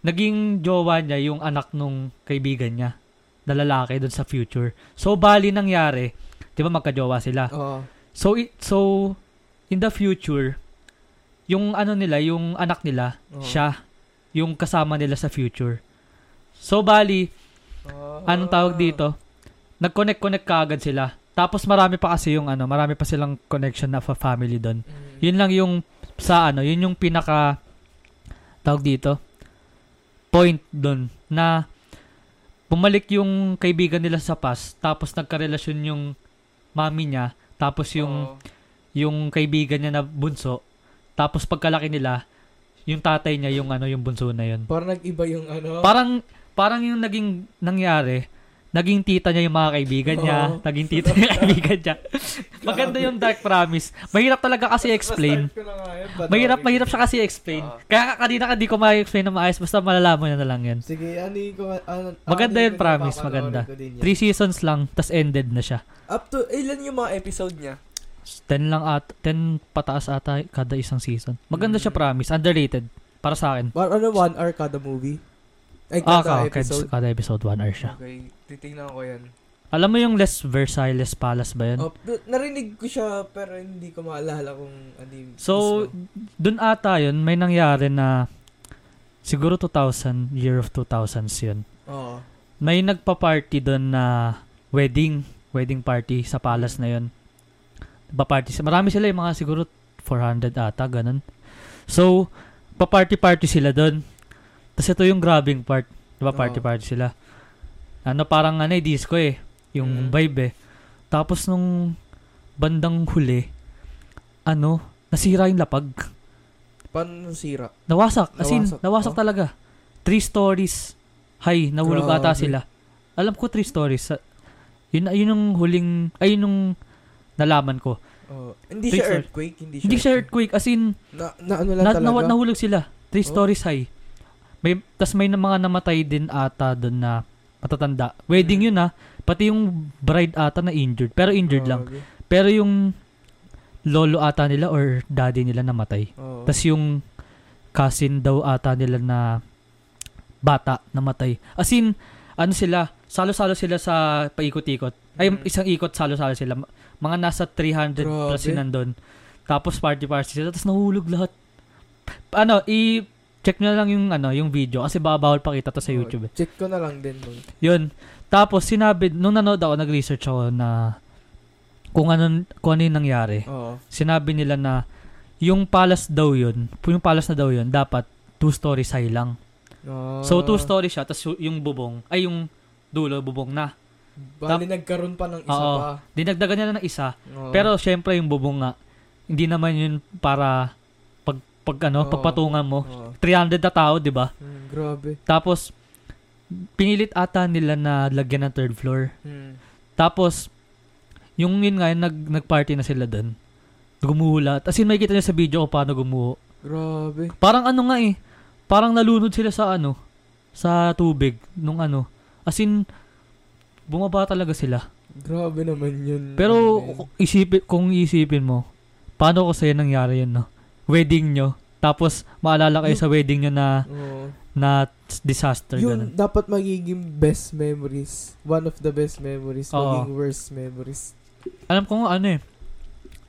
naging jowa niya yung anak nung kaibigan niya na lalaki dun sa future. So, bali nangyari, di ba magkajowa sila. Oo. So, i- so in the future, yung ano nila, yung anak nila, Oo. siya, yung kasama nila sa future. So, bali, Ah. anong tawag dito? Nag-connect-connect kaagad sila. Tapos marami pa kasi yung ano, marami pa silang connection na fa- family doon. Mm. Yun lang yung sa ano, yun yung pinaka tawag dito point doon na bumalik yung kaibigan nila sa past tapos nagkarelasyon yung mami niya tapos yung Oo. yung kaibigan niya na bunso tapos pagkalaki nila yung tatay niya yung ano yung bunso na yun Parang nag-iba yung ano. Parang parang yung naging nangyari, naging tita niya yung mga kaibigan niya, Oo. naging tita niya yung kaibigan niya. Maganda yung Dark Promise. Mahirap talaga kasi explain. Basta-start ko na nga yun, but Mahirap, okay. mahirap siya kasi explain. Oo. Kaya kanina ka di ko ma-explain na maayos, basta malalaman niya na lang yun. Sige, ano yung... kuma- ano, Maganda ano yun, promise, papanoorin maganda. ko din yan. Three seasons lang, tas ended na siya. Up to, ilan yung mga episode niya? Ten lang at, ten pataas ata kada isang season. Maganda siya, Mm. promise. Underrated. Para sa akin. Par, ano, one hour kada movie? Ay, Ah, kada ka, episode? kada, kada episode, one hour siya. Okay, titingnan ko yan. Alam mo yung Less Versailles, Less Palace ba yun? Oh, p- narinig ko siya, pero hindi ko maalala kung ano yung So, mismo. dun ata yun, may nangyari na siguro 2000, year of 2000s yun. Oo. May nagpa-party dun na wedding, wedding party sa palace na yun. Pa-party. si- Marami sila yung mga siguro 400 ata, ganun. So, pa-party-party sila dun. Tapos ito yung grabbing part. Diba, Oo. party-party sila. Ano, parang ano, eh, disco eh. Yung Mm. vibe eh. Tapos nung bandang huli, ano, nasira yung lapag. Paano sira? Nawasak. As in, Nawasak, nawasak oh. talaga. Three stories. Hay, nahulog ata Grabe. sila. Alam ko three stories. Sa- Yun, yun yung huling, ay yun yung nalaman ko. Oo. Oh, Hindi Three siya story. earthquake, hindi siya Hindi siya earthquake. As in, Na, na ano lang na, talaga? nawa- nahulog sila. Three Oh. stories high. May, tas may na mga namatay din ata doon na matatanda. Wedding ah. Mm. Oh. yun ha. Pati yung bride ata na injured. Pero injured lang. Grabe. Pero yung lolo ata nila or daddy nila namatay. Oo. Tapos yung cousin daw ata nila na bata namatay. As in, ano sila, salo-salo sila sa paikot-ikot. Ay, Mm. isang ikot, salo-salo sila. M- Mga nasa 300 plus Grabe. yun nandun. Tapos party-party sila. Tapos nahulog lahat. Ano, i- check nyo na lang yung ano yung video kasi baka bawal pakita to sa Oo, YouTube. eh. Oh, Check ko na lang din nun. Yun. Tapos sinabi nung nanood ako nag-research ako na kung ano kung ano yung nangyari Oo. sinabi nila na yung palace daw yun, yung palace na daw yun, dapat two-story high lang. Oo. So, two-story siya, tapos yung bubong, ay yung dulo, bubong na. Bali, nagkaroon pa ng isa Oo. pa. Oh. Dinagdagan nila ng isa, Oo. pero syempre yung bubong nga, hindi naman yun para pag, pag ano, Oo. pagpatungan mo. Oo. 300 na tao, di ba? Mm, Oh. grabe. Tapos, pinilit ata nila na lagyan ng third floor. Mm. Tapos, yung yun nga, yung nag, nagparty na sila dun. Gumuhula. As in, makikita niyo sa video kung paano gumuho. Grabe. Parang ano nga eh, parang nalunod sila sa ano, sa tubig, nung ano. As in, bumaba talaga sila. Grabe naman yun. Pero Ano yun? kung isipin, kung isipin mo, paano ko sa'yo nangyari yun, no? Wedding nyo, tapos maalala kayo sa wedding nyo na, Oo. na disaster. Oh. Yun. Yun, dapat magiging best memories. One of the best memories. Oo. Maging worst memories. Alam ko nga ano eh,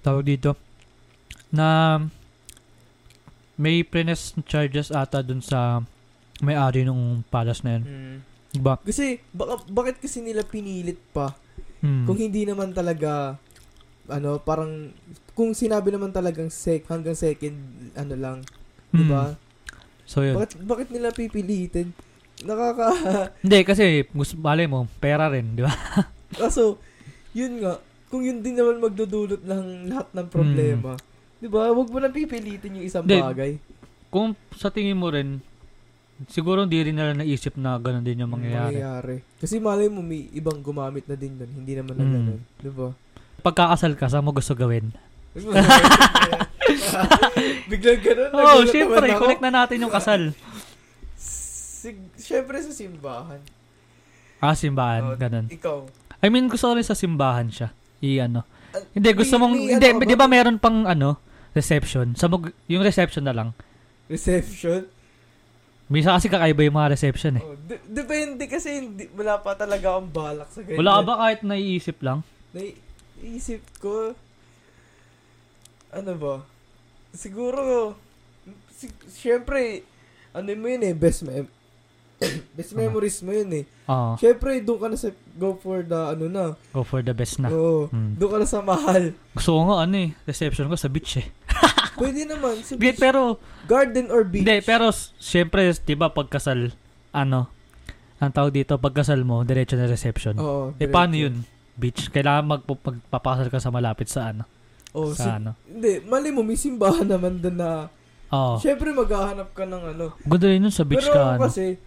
tawag dito, na may prenes charges ata dun sa may-ari nung palace na yun. Mm. Diba? Kasi, baka, bakit kasi nila pinilit pa? Mm. Kung hindi naman talaga, ano, parang, kung sinabi naman talagang sec, hanggang second, ano lang, di Mm. ba? So yun. Bakit, bakit nila pipilitin? Nakaka, Hindi, kasi gusto, malay mo, pera rin, di ba? kaso, yun nga, kung yun din naman magdudulot ng lahat ng problema, di ba? Huwag mo na pipilitin yung isang Hmm. Hindi. bagay. Kung sa tingin mo rin, siguro hindi rin nila naisip na ganun din yung mangyayari. Kasi malay mo, may ibang gumamit na din nun, hindi naman na Mm. ganun, di ba? Pagkakasal ka, saan mo gusto gawin? Biglang ganun. Oo, oh, nagulat syempre, naman ako. connect na natin yung kasal. Sig- syempre sa simbahan. Ah, simbahan, Oo, ganun. Oh, Ikaw. I mean, gusto ko rin sa simbahan siya. I ano. Ah, Hindi, gusto may- mong, may hindi, ano ka di ba meron pang ano, reception? Sa mag, yung reception na lang. Reception? Misa kasi kakaiba yung mga reception eh. Oh, de- depende kasi hindi, wala pa talaga akong balak sa ganyan. Wala ka ba kahit naiisip lang? Naiisip ko, ano ba? Siguro, si, syempre, ano mo yun eh, best mem best Ano? memories mo yun eh. Oo, Syempre, doon ka na sa, go for the, ano na, Ah, go for the best na. oo, Mm. doon ka na sa mahal. Gusto ko nga ano eh, reception ko sa beach eh. Pwede naman, sa Hindi, beach, Pero, garden or beach. Hindi, pero s- syempre, 'di ba pagkasal ano, ang tawag dito pagkasal mo, diretso na reception. Oo, eh Oh, diretso. paano 'yun? Bitch, kailangan mag magpapakasal ka sa malapit sa ano, sa Oo, Oh, si- ano. Hindi, mali mo, may simbahan naman doon na, Oo. syempre maghahanap ka ng ano. Ganda rin 'yun sa beach Pero ka ako ano. kasi,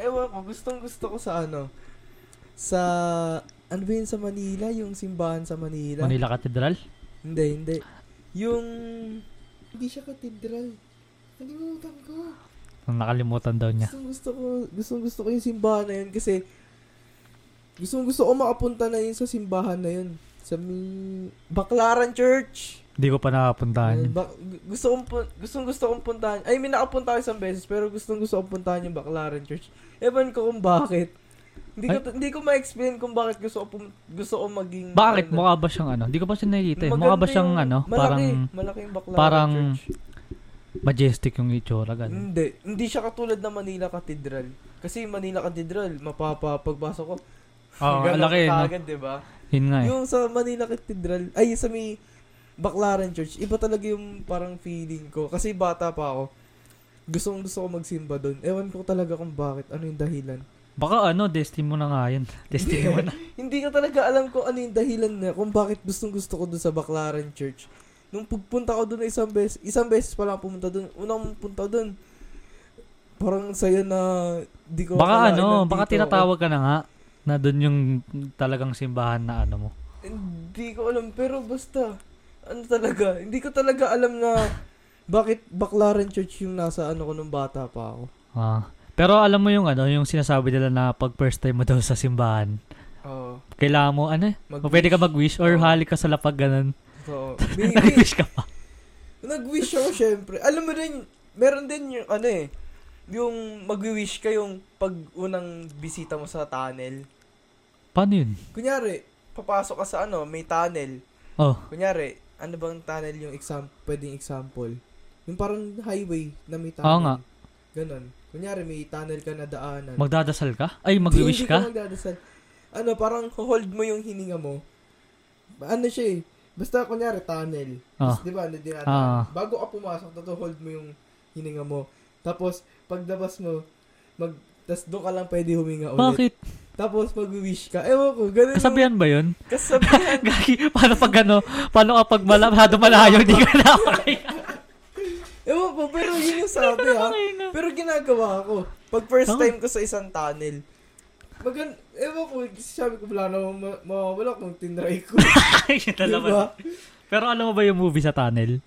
ewan ko, gustong gusto ko sa ano, sa, ano ba yun sa Manila? Yung simbahan sa Manila? Manila Cathedral. Hindi, hindi. Yung, hindi siya katedral. Nalimutan ko. Ang nakalimutan daw niya. Gustong gusto ko, gustong gusto ko yung simbahan na yun kasi, gustong gusto ko makapunta na yun sa simbahan na yun. Sa may Baclaran Church. Hindi ko pa nakapuntahan. yun. Ayun, bak- gu- gusto kong pun- gustong gusto kong puntahan. I mean, nakapunta ako isang beses pero gustong gusto kong puntahan yung Baclaran Church. Ewan ko kung bakit. Hindi ko hindi ko ma-explain kung bakit gusto ko pum- gusto ko maging Bakit ano, mukha ba siyang ano? Hindi ko pa siya nakikita. eh. maganda Mukha ba siyang yung- ano, malaki, parang malaki yung Baclaran parang Church. majestic yung itsura ganun. Hindi, hindi siya katulad ng Manila Cathedral. Kasi yung Manila Cathedral, mapapapagbasa ko. Oo, ang laki eh, no? Agad, 'di ba? Yun nga eh. Yung sa Manila Cathedral, ay sa may Baclaran Church, iba talaga yung parang feeling ko. Kasi bata pa ako. Gusto kong gusto ko magsimba doon. Ewan ko talaga kung bakit. Ano yung dahilan. Baka ano, destiny mo na nga yun. Destiny mo na. Hindi ko talaga alam kung ano yung dahilan na kung bakit gustong gusto ko doon sa Baclaran Church. Nung pagpunta ko doon isang beses, isang beses pa lang pumunta doon. Unang punta doon, parang saya na di ko akalain Baka ano, nandito baka ako. tinatawag ka na nga na doon yung talagang simbahan na ano mo. Hindi ko alam, pero basta, ano talaga, hindi ko talaga alam na bakit Baclaran Church yung nasa ano ko nung bata pa ako. Ah. Pero alam mo yung ano, yung sinasabi nila na pag first time mo daw sa simbahan, Oo. kailangan mo ano, eh, Mag- o pwede ka mag-wish or Oo. halik ka sa lapag ganun. Oo. May- may- Nag-wish ka pa. Nag-wish ako, syempre. Alam mo rin, meron din yung, ano eh, yung mag-wish ka yung pag unang bisita mo sa tunnel. Paano yun? Kunyari, papasok ka sa ano, may tunnel. Oh, Kunyari, ano bang tunnel yung exam, pwedeng example? Yung parang highway na may tunnel. Oo nga. Ganon. Kunyari, may tunnel ka na daanan. magdadasal ka? Ay, Hindi- mag-wish hindi ka? magdadasal. Ano, parang hold mo yung hininga mo. Ano siya eh. Basta kunyari, tunnel. Ah. Tapos, di ba, ano, Ah. dinadaan. Bago ka pumasok, toto hold mo yung hininga mo. Tapos, paglabas mo, mag, tas doon ka lang pwede huminga ulit. Bakit? Tapos, mag-wish ka. Ewan ko, ganun yung- Kasabihan ba yun? Kasabihan. Gagi, paano pag ano? Paano kapag mala, masyado malayo, hindi ka na Ewan ko, pero yun yung sabi ha. makahinga. Pero ginagawa ko. Pag first Ah. time ko sa isang tunnel, magan, ewan ko, sabi ko, wala na ma- mawawala kung tinry ko. Ay, yun na Di naman. ba? Pero alam mo ba yung movie sa tunnel?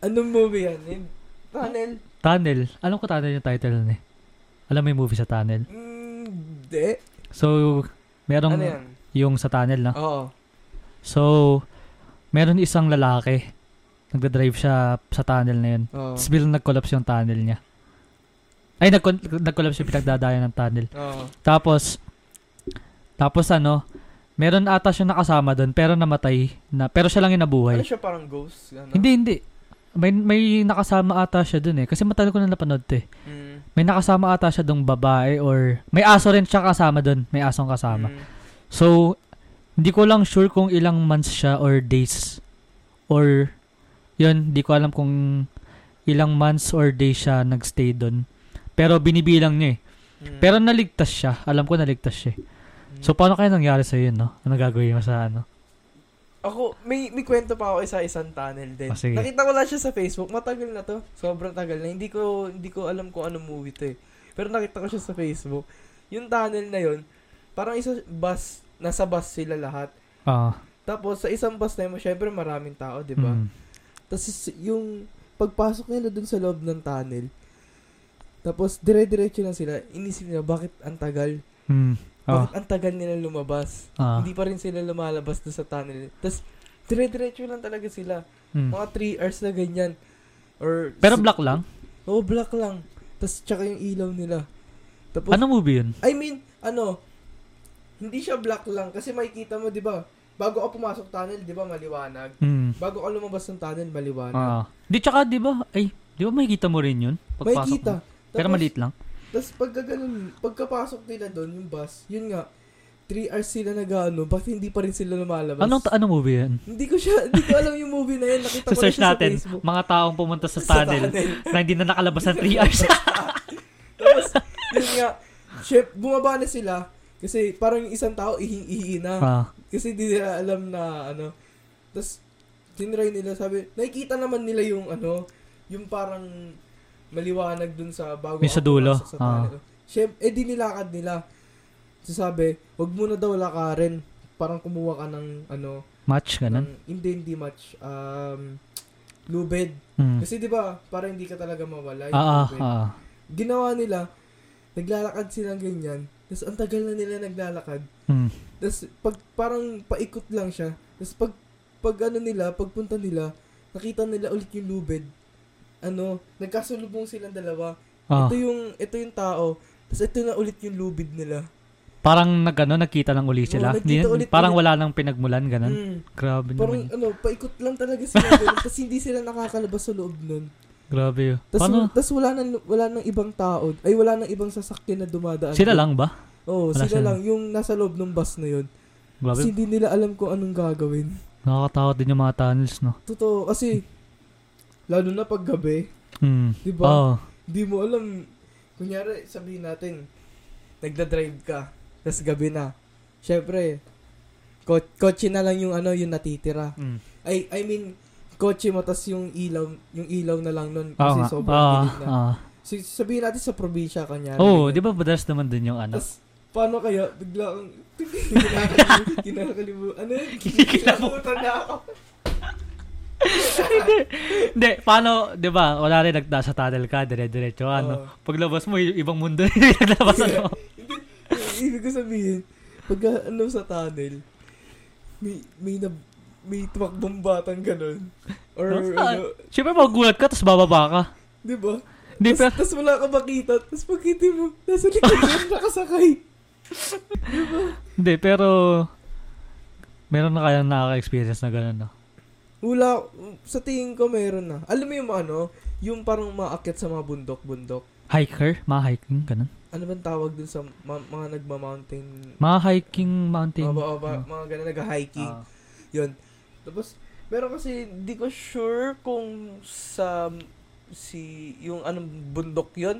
Anong movie yan? Yung tunnel? Tunnel. Alam ko tunnel yung title nun eh. Alam mo yung movie sa tunnel? Mm, Hindi. So, merong Ano yan? yung sa tunnel na. Oo. So, meron isang lalaki. Nagda-drive siya sa tunnel na yun. Oo. Tapos bilang nag-collapse yung tunnel niya. Ay, nag- nag-collapse yung pinagdadayan ng tunnel. Oo. Tapos, tapos ano, meron ata siya nakasama doon pero namatay. Na, pero siya lang yung nabuhay. Ano siya parang ghost? Ano? Hindi, hindi. May, may nakasama ata siya doon eh. Kasi matagal ko na napanood to eh. Mm, May nakasama ata siya dong babae or may aso rin siya kasama doon. May asong kasama. mm. So, hindi ko lang sure kung ilang months siya or days. Or, yun, hindi ko alam kung ilang months or days siya nagstay doon. Pero binibilang niya eh. Mm. Pero naligtas siya. Alam ko naligtas siya eh. Mm. So, paano kaya nangyari sa'yo yun, no? Ano gagawin mo sa ano? Ako, may, may kwento pa ako sa isang tunnel din. Ah, sige. Nakita ko lang siya sa Facebook. Matagal na to. Sobrang tagal na. Hindi ko, hindi ko alam kung anong movie to eh. Pero nakita ko siya sa Facebook. Yung tunnel na yun, parang isa bus, nasa bus sila lahat. Ah, Tapos sa isang bus na yun, syempre maraming tao, di ba? mm. Tapos is- yung pagpasok nila dun sa loob ng tunnel, tapos dire-diretso na sila, inisip nila bakit ang tagal? Mm. Ah, Bakit ang tagal nila lumabas? ah, Hindi pa rin sila lumalabas dun sa tunnel. Tapos dire-diretso lang talaga sila. mm. Mga 3 hours na ganyan. Or, Pero si- black lang? Oo, black lang. Tapos tsaka yung ilaw nila. Tapos, Ano movie yun? I mean, ano, hindi siya black lang kasi makikita mo, di ba, bago ka pumasok tunnel, di ba, maliwanag. Mm. Bago ka lumabas ng tunnel, Ah. maliwanag. Di tsaka, di ba? Ay, di ba makikita mo rin yun? Pagpasok Makikita. mo? Pero Tapos- maliit lang. Tapos pagka ganun, pagkapasok nila doon, yung bus, yun nga, 3 hours sila nag-ano, bakit hindi pa rin sila lumalabas? Anong, ta- anong movie yun? Hindi ko siya, hindi ko alam yung movie na yun. So, Nakita ko lang search siya sa natin, Facebook. mga taong pumunta sa Sa tunnel tunnel. na hindi na nakalabas ng 3 hours. Tapos, yun nga, chef, bumaba na sila. Kasi parang yung isang tao ihing-ihi na. ah, Kasi hindi nila alam na ano. Tapos, tinry nila, sabi, nakikita naman nila yung ano, yung parang maliwanag dun sa bago Yung sa ako dulo, Ah. pumasok Sa tunnel. Syem- eh di nilakad nila. So sabi, wag mo na daw lakarin. Parang kumuha ka ng ano, match, ganun. ng hindi hindi match um lubed. Mm. Kasi 'di ba, para hindi ka talaga mawala yung Ah, ah, lubid ah. ginawa nila, naglalakad silang ganyan. Tapos ang tagal na nila naglalakad. Mm. Tapos pag parang paikot lang siya. Tapos pag pag ano nila, pagpunta nila, nakita nila ulit yung lubid. Ano, nagkasulubong silang dalawa. Ah. Ito yung ito yung tao. Tapos ito na ulit yung lubid nila. Parang nag, ano, nagkita lang uli Oo, sila. nagkita Hindi- ulit parang ulit. wala nang pinagmulan, ganun. Mm. Grabe Parang naman. yun. ano, paikot lang talaga sila. ganun. Tapos hindi sila nakakalabas sa loob nun. Grabe yun. Paano? Tapos, tapos wala nang wala nang ibang tao. Ay wala nang ibang sasakyan na dumadaan. Sila lang ba? Oo, Wala sila sila. lang. Yung nasa loob ng bus na yun. Kasi Grabe. hindi nila alam kung anong gagawin. Nakakatakot din yung mga tunnels, no? Totoo, kasi lalo na pag gabi, Mm. di Oo. ba? Di mo alam. Kunyari, sabihin natin, nagda-drive ka, tapos gabi na. Siyempre, ko- kotse na lang yung ano, yung natitira. Mm. Ay, I mean, kotse mo, tapos yung ilaw, yung ilaw na lang nun. Oo Kasi nga. sobrang Ah, dilim na. ah. Si- sabihin natin sa probinsya, kanya. Oo, di ba madalas naman din yung ano? Tapos, paano kaya? Bigla kang... Kinakalimutan. Ano yun? Kinakalimutan na ako. Hindi, paano, di ba, wala rin nagda sa tunnel ka, dire-diretso, ano. Oo. Paglabas mo, i- ibang mundo yung naglabas ano. Ibig ko sabihin, pag ano sa tunnel, may, may na, may tumakbong batang ganun. Or Ano? ano, Siyempre, magulat ka, tapos bababa ka. di ba? Hindi pa. Tapos, tapos wala ka makita. Tapos pagkita mo, nasa likod yun, nakasakay. Hindi, pero meron na kayang nakaka-experience na gano'n, no? Wala, sa tingin ko meron na. Alam mo yung ano, yung parang maakit sa mga bundok-bundok. Hiker? Mga hiking, gano'n? Ano bang tawag dun sa ma- mga nagma-mountain? Mga hiking mountain. Hmm. Mga, ba- ba- mga ganun, nag-hiking. Ah. Yun. Tapos, meron kasi, di ko sure kung sa, si, yung anong bundok yon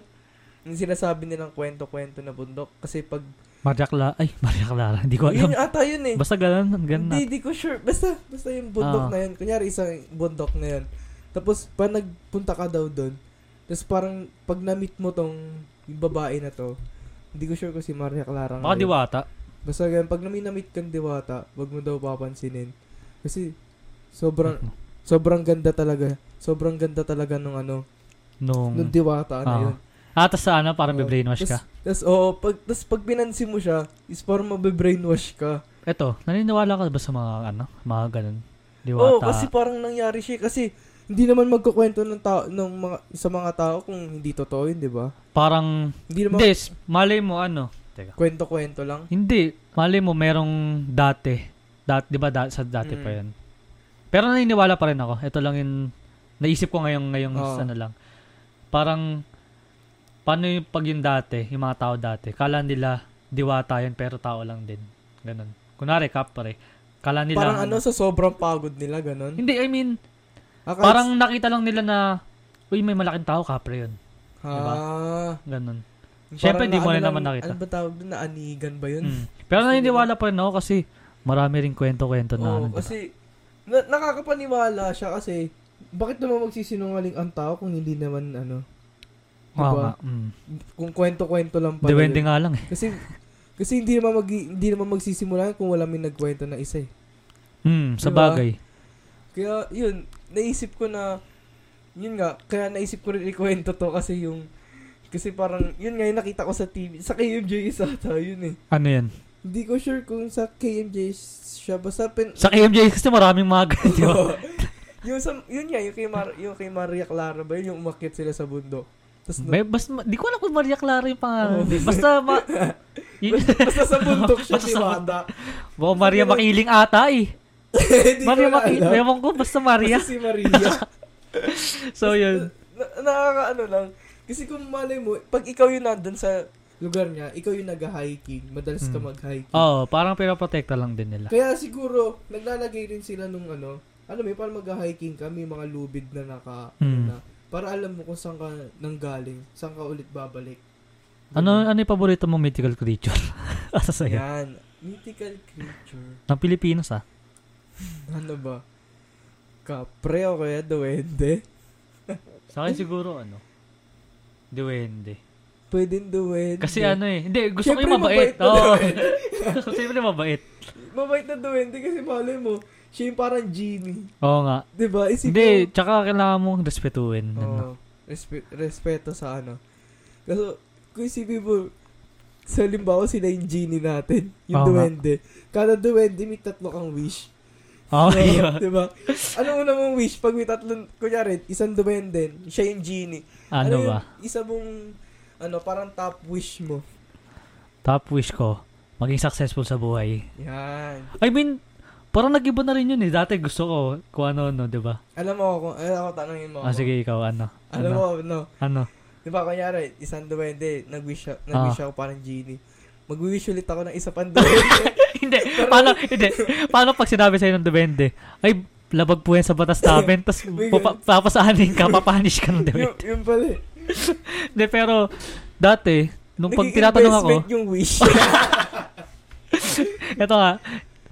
Yung sinasabi nilang kwento-kwento na bundok. Kasi pag, Maria Clara. Ay, Maria Clara. Hindi ko alam. yun ata yun eh. Basta ganun, ganun. Hindi, di ko sure. Basta, basta yung bundok Ah. na yun. Kunyari, isang bundok na yun. Tapos, pag nagpunta ka daw doon, tapos parang, pag na-meet mo tong yung babae na to, hindi ko sure kung si Maria Clara. nga Baka yun. diwata. Basta ganyan, pag naminamit kang diwata, wag mo daw papansinin. Kasi, sobrang, sobrang ganda talaga. Sobrang ganda talaga nung ano, Nung... nung diwata na Ah. yun. Ah, tas sa ano, parang Oo. bibrainwash ka. Tas- Tas, oo, pag, tas pag pinansin mo siya, is parang mabibrainwash ka. Eto, naniniwala ka ba sa mga ano, mga ganun? Diwata. Oo, kasi parang nangyari siya. eh, Kasi, hindi naman magkukwento ng tao ng mga sa mga tao kung hindi totoo yun, 'di ba? Parang, Hindi naman hindi, s- malay mo ano. Teka. kwento-kwento lang. Hindi, malay mo merong dati. Dat, di ba da- sa dati Mm. pa yan? Pero naniniwala pa rin ako. Ito lang yung naisip ko ngayong, ngayong Oo. ano lang. Parang, paano yung pag yung dati, yung mga tao dati, kala nila diwata yan pero tao lang din. Ganun. Kunwari, kapre. Kala nila, Parang ano sa sobrang pagod nila ganun. Hindi, I mean, Ah, kahit- parang nakita lang nila na, uy, may malaking tao, kapre yun. ah, diba? Ganun. parang Siyempre, di mo ano rin naman lang- nakita. Ano ba tawag doon? Naanigan ba 'yun? Mm. Pero naniniwala pa rin ako kasi marami rin kwento-kwento na ano. Oo, diba? kasi na- nakakapaniwala siya kasi bakit naman magsisinungaling ang tao kung hindi naman ano, Oo diba? nga, mm. kung kwento-kwento lang pala. Depende yun. nga lang eh. Kasi kasi hindi naman mag hindi naman magsisimula kung wala may nagkwento na isa eh. Hmm, sa Diba? bagay. Kaya yun, naisip ko na yun nga, kaya naisip ko rin ikwento to kasi yung kasi parang yun nga yung nakita ko sa TV, sa KMJS ata yun eh. Ano yan? Hindi ko sure kung sa KMJS siya basta pin, Sa KMJ kasi maraming mga ganyan, di ba? yung sa, yun nga, yung kay, Mar- yung kay Maria Clara ba yun, yung umakyat sila sa bundok. Tapos, May, bas, ma- di ko alam kung Maria Clara yung pangalan. Oo. Basta, ma, yun, basta sa bundok siya Basta si sa Wanda. Baka Maria Basta- Makiling ata eh. Hindi Maria ko na alam. Makiling. Ewan ko, basta Maria. Basta si Maria. So yun. na, nakakaano lang. Kasi kung malay mo, pag ikaw yung nandun sa lugar niya, ikaw yung nag-hiking, madalas ka Hmm. mag-hiking. Oo, oh, parang pinaprotekta lang din nila. Kaya siguro, naglalagay rin sila nung ano, alam mo, yun, parang mag-hiking ka, may mga lubid na naka, ano Hmm. na, para alam mo kung saan ka nanggaling, saan ka ulit babalik. Ano ano yung paborito mong mythical creature? Asa sa'yo? Yan. Mythical creature. Ng Pilipinas ah. Ano ba? Kapre o kaya duwende? Sa Eh. akin siguro ano? Duwende. Pwedeng duwende. Kasi ano eh. Hindi, gusto Siyempre, ko yung mabait. na Oo. duwende. Siyempre mabait. mabait na duwende kasi malay mo, siya yung parang genie. Oo nga. Diba? Isipin Hindi, tsaka kailangan mong respetuhin. mo- ano. Oo. respe- respeto sa ano. Kaso, kung isipin mo, sa limbawa sila yung genie natin, yung Oo nga. duwende. Kada duwende may tatlo kang wish. Oo, Oo, yun. diba? Anong una mong wish pag may tatlong, kunyari, isang duwende, siya yung genie. Ano yun, ba? isa mong, ano, parang top wish mo. Top wish ko, maging successful sa buhay. Yan. I mean, parang nag-iba na rin yun eh. Dati gusto ko kung ano-ano, di ba? Alam mo kung, alam ko, tanongin mo Ah, ako. sige, ikaw, ano? Alam ano? mo, no. Ano? Di ba, kunyari, isang duwende, nag-wish, ako- nag-wish Ah. ako parang genie. Mag-wish ulit ako ng isa pang duwende. hindi, paano, hindi. Paano pag sinabi sa'yo ng dubende? Ay, labag po yan sa batas namin, tapos May ganun. papasahanin ka, papanish ka ng dubende. yung, yung pala. eh. Hindi, pero, dati, nung pag Naging tinatanong ako, Ano? investment yung wish. Ito nga,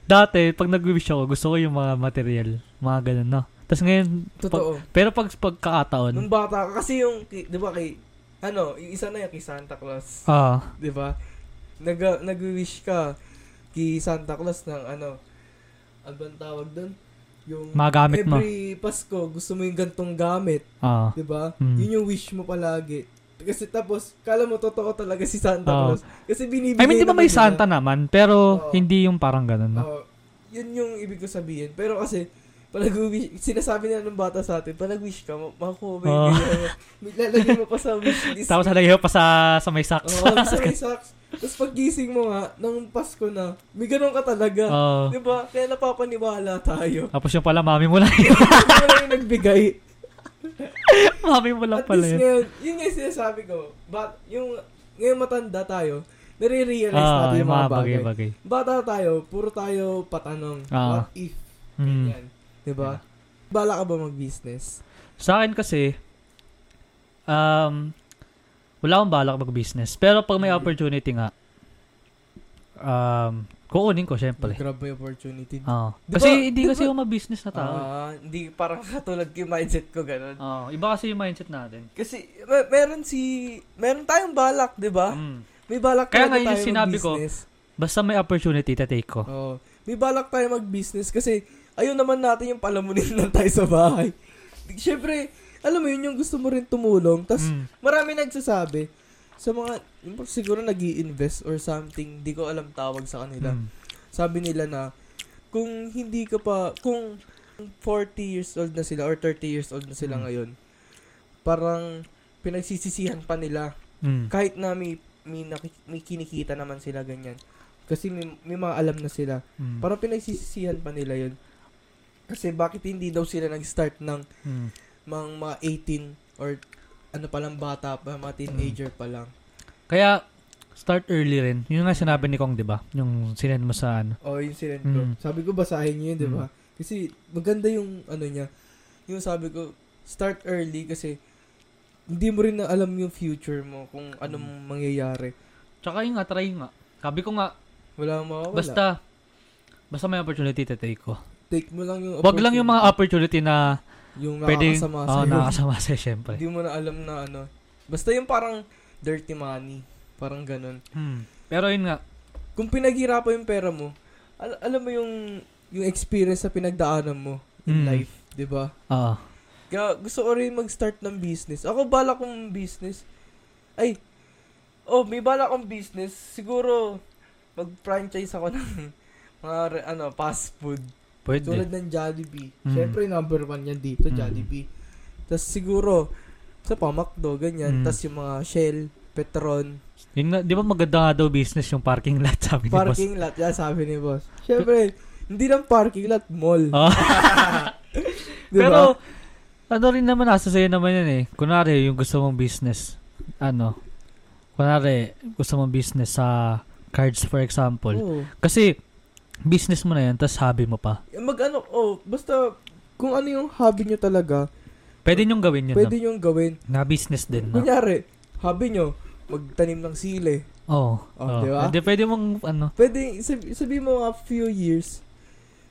dati, pag nag-wish ako, gusto ko yung mga material, mga ganun, no? Tapos ngayon, pag- Totoo. pero pag pagkakataon, Nung bata ka, kasi yung, ki- di ba, kay, ano, yung isa na yung kay Santa Claus. ah, Di ba? Nag, ah, nag-wish ka kay Santa Claus ng ano, ano bang tawag doon? Yung magamit mo. every Pasko, gusto mo yung gantong gamit. Ah. Di ba? Mm. Yun yung wish mo palagi. Kasi tapos, kala mo totoo talaga si Santa Oo. Claus. Kasi binibigay I mean, di ba naman may nila. Santa naman, pero Oo. hindi yung parang ganun. No? Oo. yun yung ibig ko sabihin. Pero kasi, panag-wish, sinasabi na ng bata sa atin, panag-wish ka, ma- makukuha mo yung Oh. ganyan. Lalagay mo pa sa wish list. Tapos nalagay pa sa, sa may socks. Oo, sa may socks. Tapos pagising mo nga, nung Pasko na, may ganun ka talaga. Oo. Di ba? Kaya napapaniwala tayo. Tapos yung pala, mami mo lang. Hindi mo lang yung nagbigay. mami mo lang At pala least yun. ngayon, yun nga yung sinasabi ko. But, yung, ngayon matanda tayo, nare-realize Ah, natin yung mga bagay. bagay-bagay. Bata tayo, puro tayo patanong. Ah. What if? Mm. Ganyan. Di ba? Bala ka ba mag-business? Sa akin kasi, um, wala akong balak mag-business. Pero pag Mm. may opportunity nga, um, kukunin ko, syempre. Grab mo yung opportunity. Oo. Di Kasi ba- hindi di kasi ba- ako ma-business na Ah, tao. Ah, hindi parang katulad yung mindset ko ganun. Oo, iba kasi yung mindset natin. Kasi mer- meron si meron tayong balak, 'di ba? Mm. May balak Kaya nga talaga yun yung tayo sinabi ko. Oh. mag-business. Basta may opportunity, tatake ko. Oo. May balak tayo mag-business kasi ayun naman natin yung palamunin lang tayo sa bahay. Siyempre, alam mo yun yung gusto mo rin tumulong. Tapos Mm. marami nagsasabi sa mga yung siguro nag invest or something, di ko alam tawag sa kanila. Mm. Sabi nila na kung hindi ka pa kung 40 years old na sila or 30 years old na sila Mm. ngayon, parang pinagsisisihan pa nila Mm. kahit na may, may, naki- may kinikita naman sila ganyan. Kasi may, may mga alam na sila. Mm. Parang pinagsisisihan pa nila yun. Kasi bakit hindi daw sila nag-start ng Mm. mga, mga 18 or ano palang bata pa, mga teenager pa lang. Kaya, start early rin. Yun nga sinabi ni Kong, di ba? Yung sinend mo sa ano. O, yun si Mm. Renko. Sabi ko, basahin niyo yun, di ba? Kasi maganda yung ano niya. Yung sabi ko, start early kasi hindi mo rin na alam yung future mo kung anong Mm. mangyayari. Tsaka yun nga, try nga. Sabi ko nga, Wala kang mawawala. basta, basta may opportunity, tatake ko. Take mo lang yung Wag lang yung mga opportunity na opportunity, Yung pwedeng nakakasama oh, sa'yo. nakakasama eh. sa'yo, syempre. Hindi mo na alam na ano. Basta yung parang dirty money. Parang ganun. Hmm. Pero yun nga, Kung pinaghirapan yung pera mo, al- alam mo yung yung experience na pinagdaanan mo in Mm. life, 'di ba? oo. Kaya gusto ko rin mag-start ng business. Ako bala kong business. Ay, oh, may bala kong business. Siguro, mag-franchise ako ng mga, re- ano, fast food. Tulad pwede. ng Jollibee. Mm. Siyempre, number one yan dito, Mm. Jollibee. Tapos siguro, sa pamakdo, ganyan. Mm. Tapos yung mga Shell, Petron, Yun nga, di ba maganda nga daw business yung parking lot, sabi ni boss? parking lot. Yan, sabi ni boss. Siyempre, hindi lang parking lot, mall. Oo. Di Ah, Pero, ba? ano rin naman, nasa sa'yo naman yan eh. Kunwari, yung gusto mong business, ano, kunwari, gusto mong business sa cards, for example. Oo. Kasi, business mo na yan, tas hobby mo pa. mag ano, oh, basta, kung ano yung hobby nyo talaga, Pwede nyong gawin yun. pwede Na, nyong gawin. na business din, no? Kunyari, hobby nyo, magtanim ng sili. Oo. Oh, di ba? Hindi, Pwede mong, ano, Pwede, sabi, sabi mo nga few years,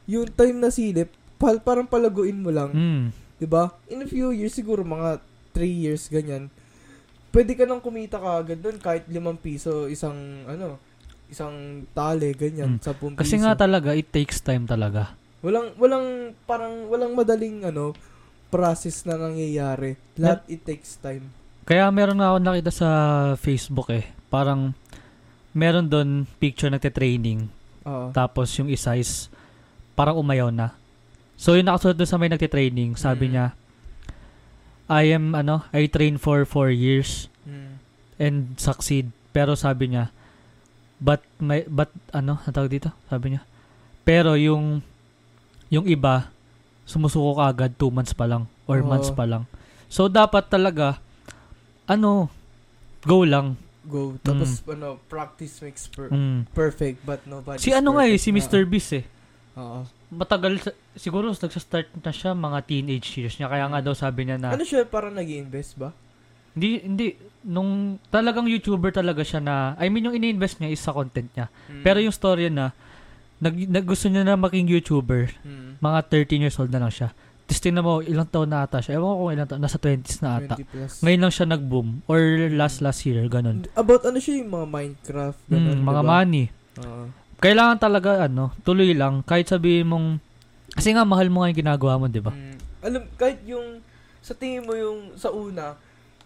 yung time na sili, pal, parang palaguin mo lang, mm, 'di ba? In a few years siguro mga 3 years ganyan. Pwede ka nang kumita ka agad doon kahit 5 piso isang ano, isang tale ganyan, Mm. 10 piso. Kasi nga talaga, it takes time talaga. walang walang parang walang madaling ano process na nangyayari. Lahat it takes time. Kaya meron nga ako nakita sa Facebook eh. Parang meron doon picture nagte-training. Oo. Tapos yung isa is parang umayaw na. So yung nakasunod doon sa may nagte-training, sabi Mm. niya, I am, ano, I train for 4 years Mm. and succeed. Pero sabi niya, but, may, but, ano, ang tawag dito? Sabi niya, pero yung, yung iba, sumusuko ka agad 2 months pa lang or Oo. months pa lang. So, dapat talaga, ano, go lang. Go. Tapos Hmm. ano, practice makes per- Mm. perfect but nobody Si ano nga eh, si Mr. Beast eh. Oo. Matagal, sa- siguro nagsa-start na siya mga teenage years niya. Kaya nga daw sabi niya na, Ano siya parang nag invest ba? hindi, hindi, nung talagang YouTuber talaga siya na, I mean yung ini-invest niya is sa content niya. Mm. Pero yung story na, nag, nag gusto niya na maging YouTuber, Mm. mga 13 years old na lang siya. Tapos tingnan mo, ilang taon na ata siya. Ewan ko kung ilang taon, nasa 20s na ata. 20 plus. Ngayon lang siya nag-boom. Or last last year, ganun. About ano siya yung mga Minecraft, Mm. ganun, Mm, mga diba? money. Oo. Kailangan talaga, ano, tuloy lang. Kahit sabihin mong, kasi nga, mahal mo nga yung ginagawa mo, di ba? Mm. Alam, kahit yung, sa tingin mo yung sa una,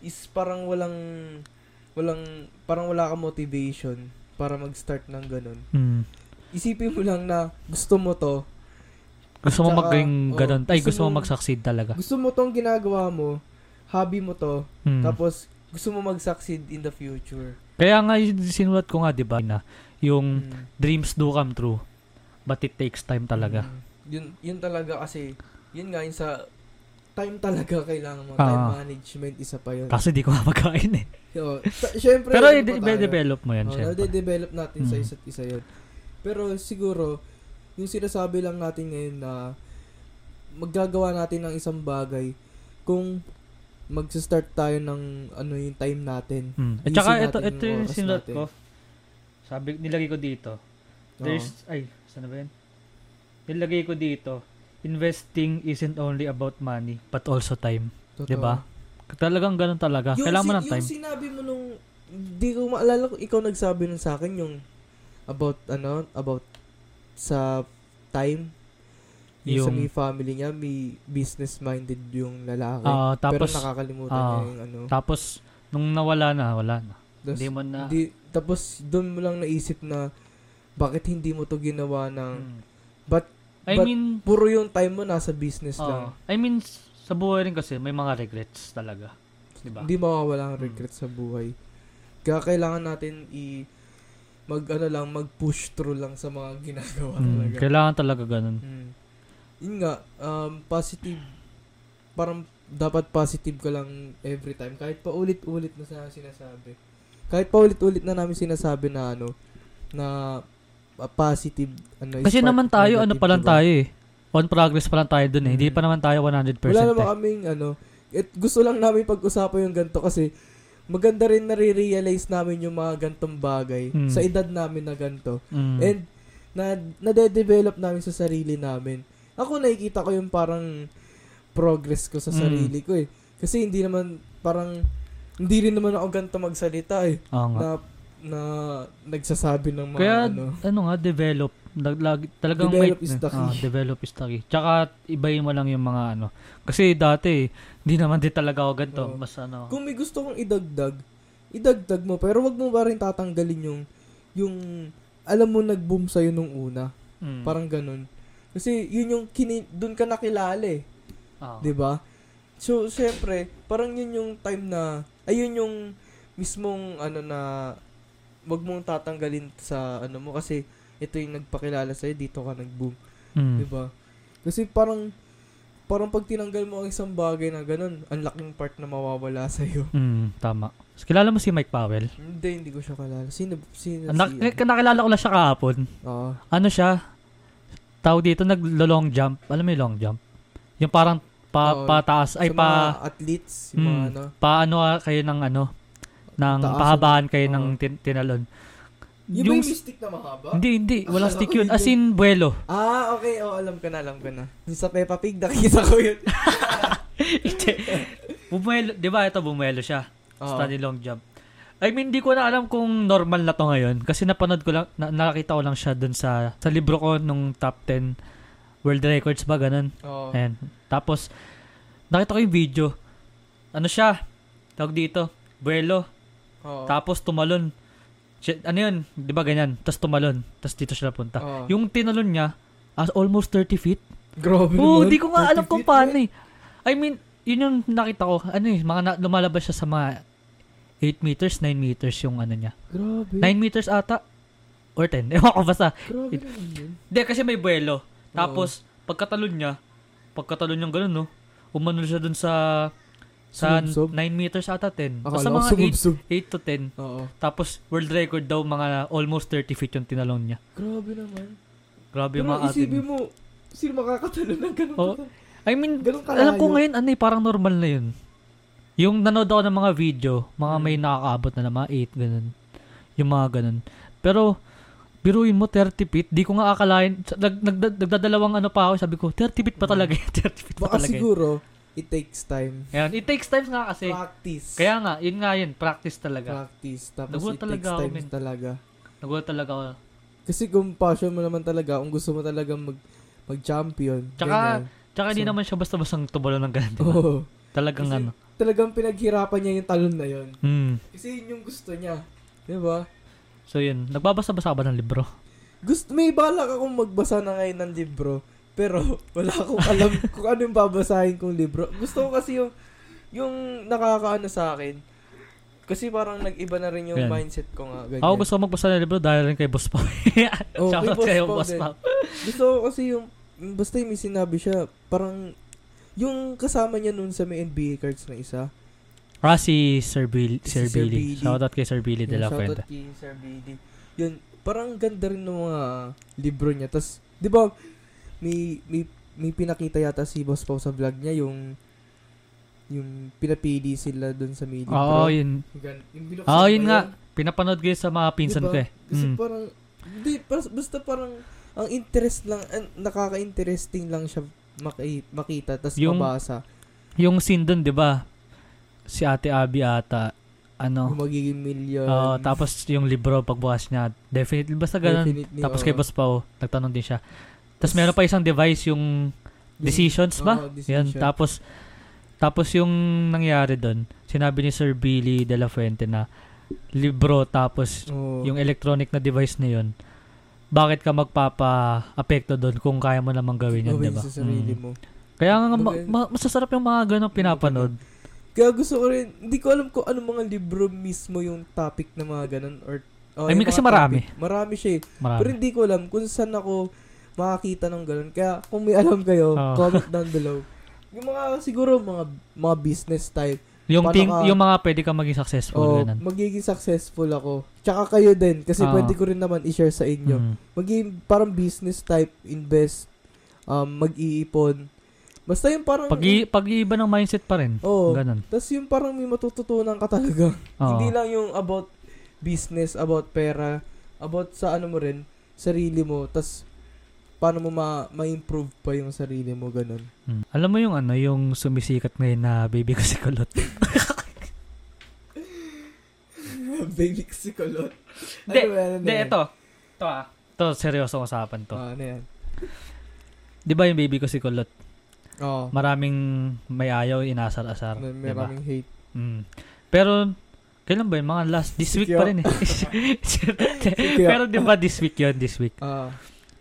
is parang walang, walang, parang wala ka motivation para mag-start ng ganun. Mm. isipin mo lang na gusto mo to. Gusto mo Tsaka, maging oo, ganun. Ay, gusto gusto mo mo- mag-succeed talaga. Gusto mo tong ginagawa mo. Hobby mo to. Mm. Tapos, gusto mo mag-succeed in the future. Kaya nga yun, sinulat ko nga, di ba, na yung Mm. dreams do come true. But it takes time talaga. Mm. Yun, yun talaga kasi, yun nga, yun sa time talaga kailangan mo. Ah. Time management, isa pa yun. Kasi di ko mapagkain eh. So, ta- syempre, Pero ano i- pa tayo? develop mo yan, Oh, syempre. nade-develop natin Mm. sa isa't isa yun. Pero siguro, yung sinasabi lang natin ngayon na magagawa natin ng isang bagay kung magsa-start tayo ng ano yung time natin. Mm. At Easy saka natin ito, ito yung yung oras sinulat natin. ko. Sabi, nilagay ko dito. Oo. There's, ay, saan na ba yan? Nilagay ko dito. Investing isn't only about money, but also time. Totoo. Diba? Talagang ganun talaga. Yung Kailangan mo si- ng time. Yung sinabi mo nung, di ko maalala kung ikaw nagsabi nun sa akin yung about, ano, about sa time. Yung, sa Yung- may family niya, may business-minded yung lalaki. Ah, pero tapos, nakakalimutan ah, niya yung ano. tapos, nung nawala na, wala na. Tapos, Hindi mo na, Hindi- tapos doon mo lang naisip na bakit hindi mo to ginawa ng Mm. but I but- mean, puro yung time mo nasa business oo. lang. I mean, s- sa buhay rin kasi, may mga regrets talaga. Diba? Hindi mawawala ang Mm. regret sa buhay. Kaya kailangan natin i mag ano lang mag-push through lang sa mga ginagawa Mm, talaga. kailangan talaga ganun. Mm. Yun nga um, positive parang dapat positive ka lang every time kahit pa ulit-ulit na sa sinasabi. Kahit pa ulit-ulit na namin sinasabi na ano na uh, positive ano is Kasi part naman tayo, ano negative, pa lang diba? tayo eh. On progress pa lang tayo dun eh. Mm. Hindi pa naman tayo 100%. Wala naman eh. kaming ano, it, gusto lang namin pag-usapan yung ganito kasi maganda rin nare-realize namin yung mga gantong bagay Mm. sa edad namin na ganito. Mm. And na nade-develop namin sa sarili namin. Ako nakikita ko yung parang progress ko sa Mm. sarili ko eh. Kasi hindi naman parang hindi rin naman ako ganito magsalita eh. Oo nga. Na na nagsasabi ng mga Ah. Kaya, ano. ano, nga, develop. Naglag, talagang Develop may, is the key. Ah, develop is the key. Tsaka, ibayin mo lang yung mga ano. Kasi dati, hindi naman din talaga ako ganito. Oo. Mas ano. Kung may gusto kong idagdag, idagdag mo pero wag mo ba rin tatanggalin yung yung alam mo nag-boom sa'yo nung una. mm. Parang ganun. Kasi yun yung kini doon ka nakilala eh. Oo. 'di ba? So, syempre, parang yun yung time na ayun yung mismong ano na wag mong tatanggalin sa ano mo kasi ito yung nagpakilala sa dito ka nag-boom, Mm. 'di ba? Kasi parang parang pag tinanggal mo ang isang bagay na ganun, ang laking part na mawawala sa iyo. Mm, tama. So, kilala mo si Mike Powell? Hindi, hindi ko siya kalala. Sino sino ano? Na, nakilala ko lang siya kahapon. Oo. Ano siya? Tao dito, naglo-long jump. Alam mo yung long jump? Yung parang pa, Oo. pataas, ay Sa pa... mga athletes, yung mga Mm. ano. paano ah, kayo ng ano ng Taasan. pahabaan kayo ng Oo. tin- tinalon. Yung, Yung ba Ah, yung s- mystic na mahaba? hindi hindi wala Akala stick ko yun as yun in buwelo. Ah, okay. Oh, alam ko na, alam ko na. Yung sa Peppa Pig, nakikita ko yun. bumuelo, 'di ba? Ito bumuelo siya. Oo. Study long jump. I mean, di ko na alam kung normal na to ngayon kasi napanood ko lang na, nakakita ko lang siya dun sa sa libro ko nung top 10 world records ba ganun. Oo. Ayan. Tapos nakita ko yung video. Ano siya? Tawag dito, buwelo. Oo. Tapos tumalon. Siya- ano yun? Di ba ganyan? Tapos tumalon. Tapos dito siya napunta. Oo. Yung tinalon niya, as almost 30 feet. Grabe Oo, naman. di ko nga 30 alam kung feet, paano man. eh. I mean, yun yung nakita ko. Ano eh, mga na- lumalabas siya sa mga 8 meters, 9 meters yung ano niya. Grabe. 9 meters ata. Or 10. Ewan ko basta. Grabe It- naman yun. Hindi, kasi may buwelo. Tapos, pagkatalon niya, pagkatalon niya ganun, no? Umanol siya dun sa sa Sumubsob? 9 meters ata 10. Akala Basta ko mga sumubsob. 8, 8 to 10. Oo. Tapos world record daw mga almost 30 feet yung tinalon niya. Grabe naman. Grabe yung Pero mga isipin atin. mo, sino makakatanong ng ganun? Oo. ka- I mean, ganun kalayo. alam ko ngayon ano eh, parang normal na yun. Yung nanood ako ng mga video, mga may Mm. nakakaabot na na mga 8, ganun. Yung mga ganun. Pero, biruin mo 30 feet, di ko nga akalain, sa- nag, nag, nagdadalawang ano pa ako, sabi ko, 30 feet pa Mm. talaga yun, 30 feet pa Baka talaga yun. siguro, it takes time. Ayan, it takes time nga kasi. Practice. Kaya nga, yun nga yun, practice talaga. Practice. Tapos Nagulat it talaga takes ako, time men. talaga. Nagulat talaga ako. Kasi kung passion mo naman talaga, kung gusto mo talaga mag mag-champion. Tsaka- ganyan. Tsaka hindi So- naman siya basta-bastang tubalo ng ganun. di ba? Oo. Talagang Kasi- ano. Talagang pinaghirapan niya yung talon na yun. Hmm. Kasi yun yung gusto niya. Di ba? So yun, nagbabasa-basa ka ba ng libro? Gusto, may balak akong magbasa na ngayon ng libro. Pero wala akong alam kung ano yung babasahin kong libro. Gusto ko kasi yung, yung nakakaano sa akin. Kasi parang nag-iba na rin yung Ganyan. mindset ko nga. Ganyan. Ako gusto ko magbasa ng libro dahil rin kay Boss Pao. Oh, kay Shoutout Boss kayo, Pao Boss din. Pao. Gusto ko kasi yung, yung basta yung may sinabi siya, parang yung kasama niya nun sa may NBA cards na isa. Ah, si Sir Billy. Si Sir Sir Billy. Billy. Shoutout kay Sir Billy de Yung la shoutout Fuente. kay Sir BD. Yun, parang ganda rin ng mga libro niya. Tapos, di ba, may, may, may pinakita yata si Boss Pau sa vlog niya, yung yung pinapili sila doon sa may libro. Oo, yun. Yung gan- yung binuksan Oo, mo yun nga. Pinapanood ko yun sa mga pinsan Diba? ko eh. Kasi Mm. parang, hindi, pas- basta parang, ang interest lang, an- nakaka-interesting lang siya maki- makita, tapos Yung- mabasa. Yung scene dun, di ba? Si Ate Abby ata. Ano? Yung magiging million. Oo, tapos yung libro pagbukas niya. Definitely, basta ganun. Definitely, Tapos oo. kay Boss Pao, nagtanong din siya. Tapos meron pa isang device, yung Yung- decisions ba? oo, Yan, decision. tapos tapos yung nangyari doon, sinabi ni Sir Billy De La Fuente na libro tapos Oo. yung electronic na device na yun, bakit ka magpapa-apekto doon kung kaya mo namang gawin yun, Gawin di ba? sa sarili Mm. mo. Kaya nga, ma- Bagay- ma- masasarap yung mga ganong pinapanood. Kaya gusto ko rin, hindi ko alam kung ano mga libro mismo yung topic na mga ganun. Or, oh, I mean, yung kasi mga marami. Ah. topic. Marami siya eh. Pero Marami. hindi ko alam kung saan ako makakita ng ganun. Kaya kung may alam kayo, Oo. comment down below. Yung mga, siguro, mga mga business type. Yung, paano ting, ka- yung mga pwede ka maging successful. O, ganun. Ah. magiging successful ako. Tsaka kayo din, kasi Oo. pwede ko rin naman i-share sa inyo. Mm. Magiging parang business type, invest, um, mag-iipon. Basta yung parang... Pag, pag-iiba ng mindset pa rin. Oo. Ganun. Tapos yung parang may matututunan ka talaga. Oo. Hindi lang yung about business, about pera, about sa ano mo rin, sarili mo, tas paano mo ma- ma-improve pa yung sarili mo, ganun. Mm. Alam mo yung ano, yung sumisikat ngayon na baby ko si Kulot. Baby sikolot. Ano De- Hindi, ito. Ito ah. Ito, seryosong usapan to. ano yan? Di ba yung baby ko si Kulot? Oo. Maraming may ayaw, inasar-asar. di may ba? maraming hate. Mm. Pero, kailan ba yun? Mga last, this week pa rin eh. Pero di ba this week yun, this week. Ah,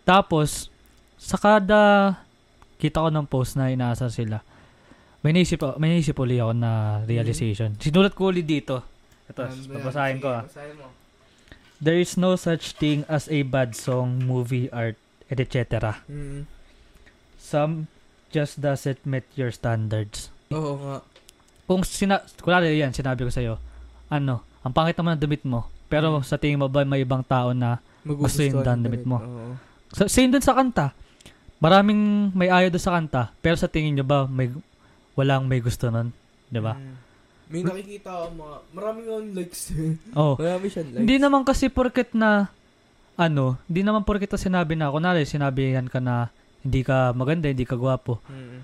Tapos, sa kada kita ko ng post na inaasar sila, may naisip, may naisip uli ako na realization. Sinulat ko uli dito. Ito, Mm. ano yan? babasahin ko Sige, ah. basahin mo. There is no such thing as a bad song, movie, art, etc. Mm. Some just doesn't meet your standards. Oo nga. kung sina kunwari yan sinabi ko sa iyo ano ang pangit naman ng damit mo pero sa tingin mo ba may ibang tao na Gusto yung Magugustuhan dandamit mo. Oo. sa same dun sa kanta maraming may ayaw dun sa kanta pero sa tingin nyo ba may walang may gusto nun 'di ba Mm. May nakikita ako mga, maraming yung likes. oh Marami siyang likes. hindi naman kasi porket na ano hindi naman porket na sinabi na kunwari sinabi yan ka na hindi ka maganda hindi ka gwapo Mm.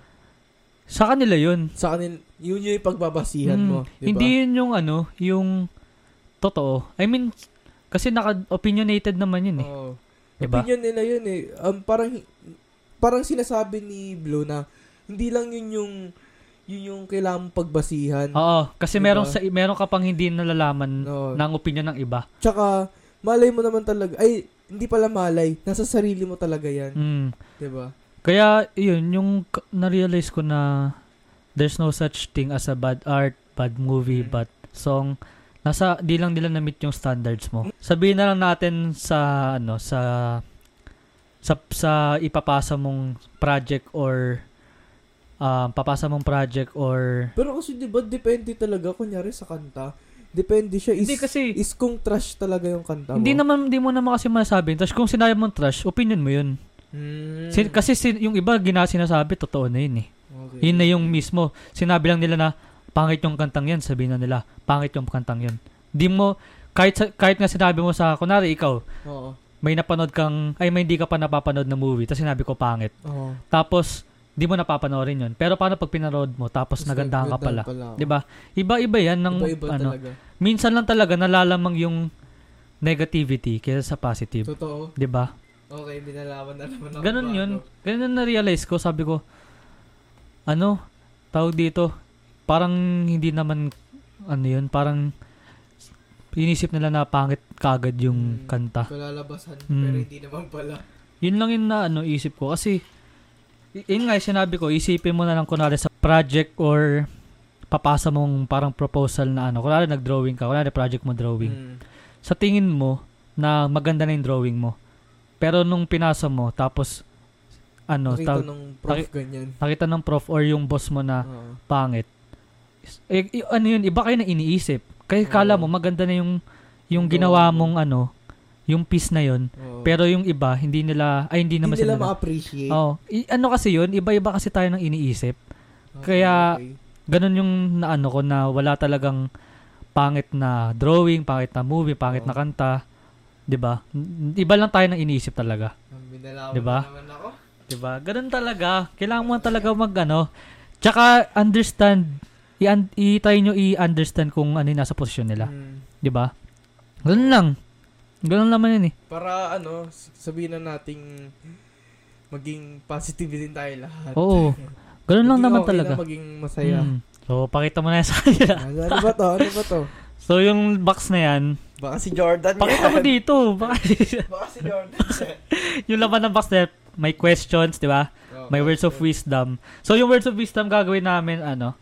sa kanila yun Sa kanil, yun yung pagbabasihan Mm, mo. Diba? Hindi yun yung ano, yung totoo. I mean, kasi naka-opinionated naman yun eh. Oo. Diba? Opinion nila yun eh. Um, parang, parang sinasabi ni Blue na hindi lang yun yung, yun yung kailangan mong pagbasihan. Oo, kasi Diba? meron sa meron ka pang hindi nalalaman No. ng opinion ng iba. Tsaka, malay mo naman talaga, ay, hindi pala malay, nasa sarili mo talaga yan. Mm. Diba? Kaya yun yung k- na-realize ko na there's no such thing as a bad art, bad movie, Mm. bad song. Nasa di lang nila na-meet yung standards mo. Sabihin na lang natin sa ano sa sa, sa ipapasa mong project or ah, papasa mong project or Pero kasi diba, depende talaga, kunyari sa kanta, depende siya, is, hindi kasi is kung trash talaga yung kanta mo. Hindi naman, hindi mo naman kasi masasabi. Tapos kung sinabi mong trash, opinion mo yun. Hmm. Sin- kasi sin- yung iba, gina sinasabi, totoo na yun eh. Okay. Yun na yung mismo. Sinabi lang nila na, pangit yung kantang yan, sabihin na nila, pangit yung kantang yan. Di mo, kahit, sa- kahit nga sinabi mo sa, kunwari ikaw, Oo. may napanood kang, ay may hindi ka pa napapanood na movie, tapos sinabi ko pangit. Oo. Tapos, di mo napapanoorin yun. Pero paano pag pinanood mo, tapos nagandahan ka pala. Nagandahan ako. 'Di ba? Iba-iba yan ng Iba-iba ano. talaga. Minsan lang talaga nalalamang yung negativity kaysa sa positive, Totoo. 'di ba? Okay, binalawan na naman ako. Ganun bago. yun. Ganun yung na-realize ko. Sabi ko, ano, tawag dito, parang hindi naman, ano yun, parang inisip nila na pangit kagad yung Mm. kanta. Kalalabasan, Mm. pero hindi naman pala. Yun lang yun na ano, isip ko. Kasi, y- yun nga yung sinabi ko, isipin mo na lang kunwari sa project or papasa mong parang proposal na ano. Kunwari nag-drawing ka, kunwari project mo drawing. Mm. Sa tingin mo na maganda na yung drawing mo. Pero nung pinasa mo, tapos ano, Nakita tawag- Ah. ng prof taki- ganyan. nakita ng prof or yung boss mo na Oo. pangit. Eh, i- ano yun, iba kayo na iniisip. Kaya kala Oo. mo maganda na yung yung Yung ginawa gawa mo. mong ano, yung piece na yun. Oo. Pero yung iba, hindi nila, ay hindi hindi naman nila sila. nila- ma-appreciate. Oo. I- ano kasi yun, iba-iba kasi tayo ng iniisip. Okay, kaya- okay. Ganun yung naano ko na wala talagang pangit na drawing, pangit na movie, pangit Oo. na kanta. 'Di ba? N- Iba lang tayo ng iniisip talaga. Ang binalawan Diba? Ah, na naman ako. 'Di ba? Diba? Ganun talaga. Kailangan mo talaga magano. Tsaka understand i-un- i-try nyo i-understand kung ano yung nasa posisyon nila. Mm. 'di ba? Ganun lang. Ganun naman 'yun eh. Para ano, s- sabihin na nating maging positive din tayo lahat. Oo. Ganun lang Maging naman okay talaga. Na maging masaya. Mm. So, pakita mo na yan sa kanila. Ano, ano ba to? Ano ba to? So, yung box na yan, Baka si Jordan pakita mo dito. Baka- Baka si Jordan yan. yung laman ng box na yan, may questions, di ba? Oo. May words of wisdom. So, yung words of wisdom gagawin namin, ano,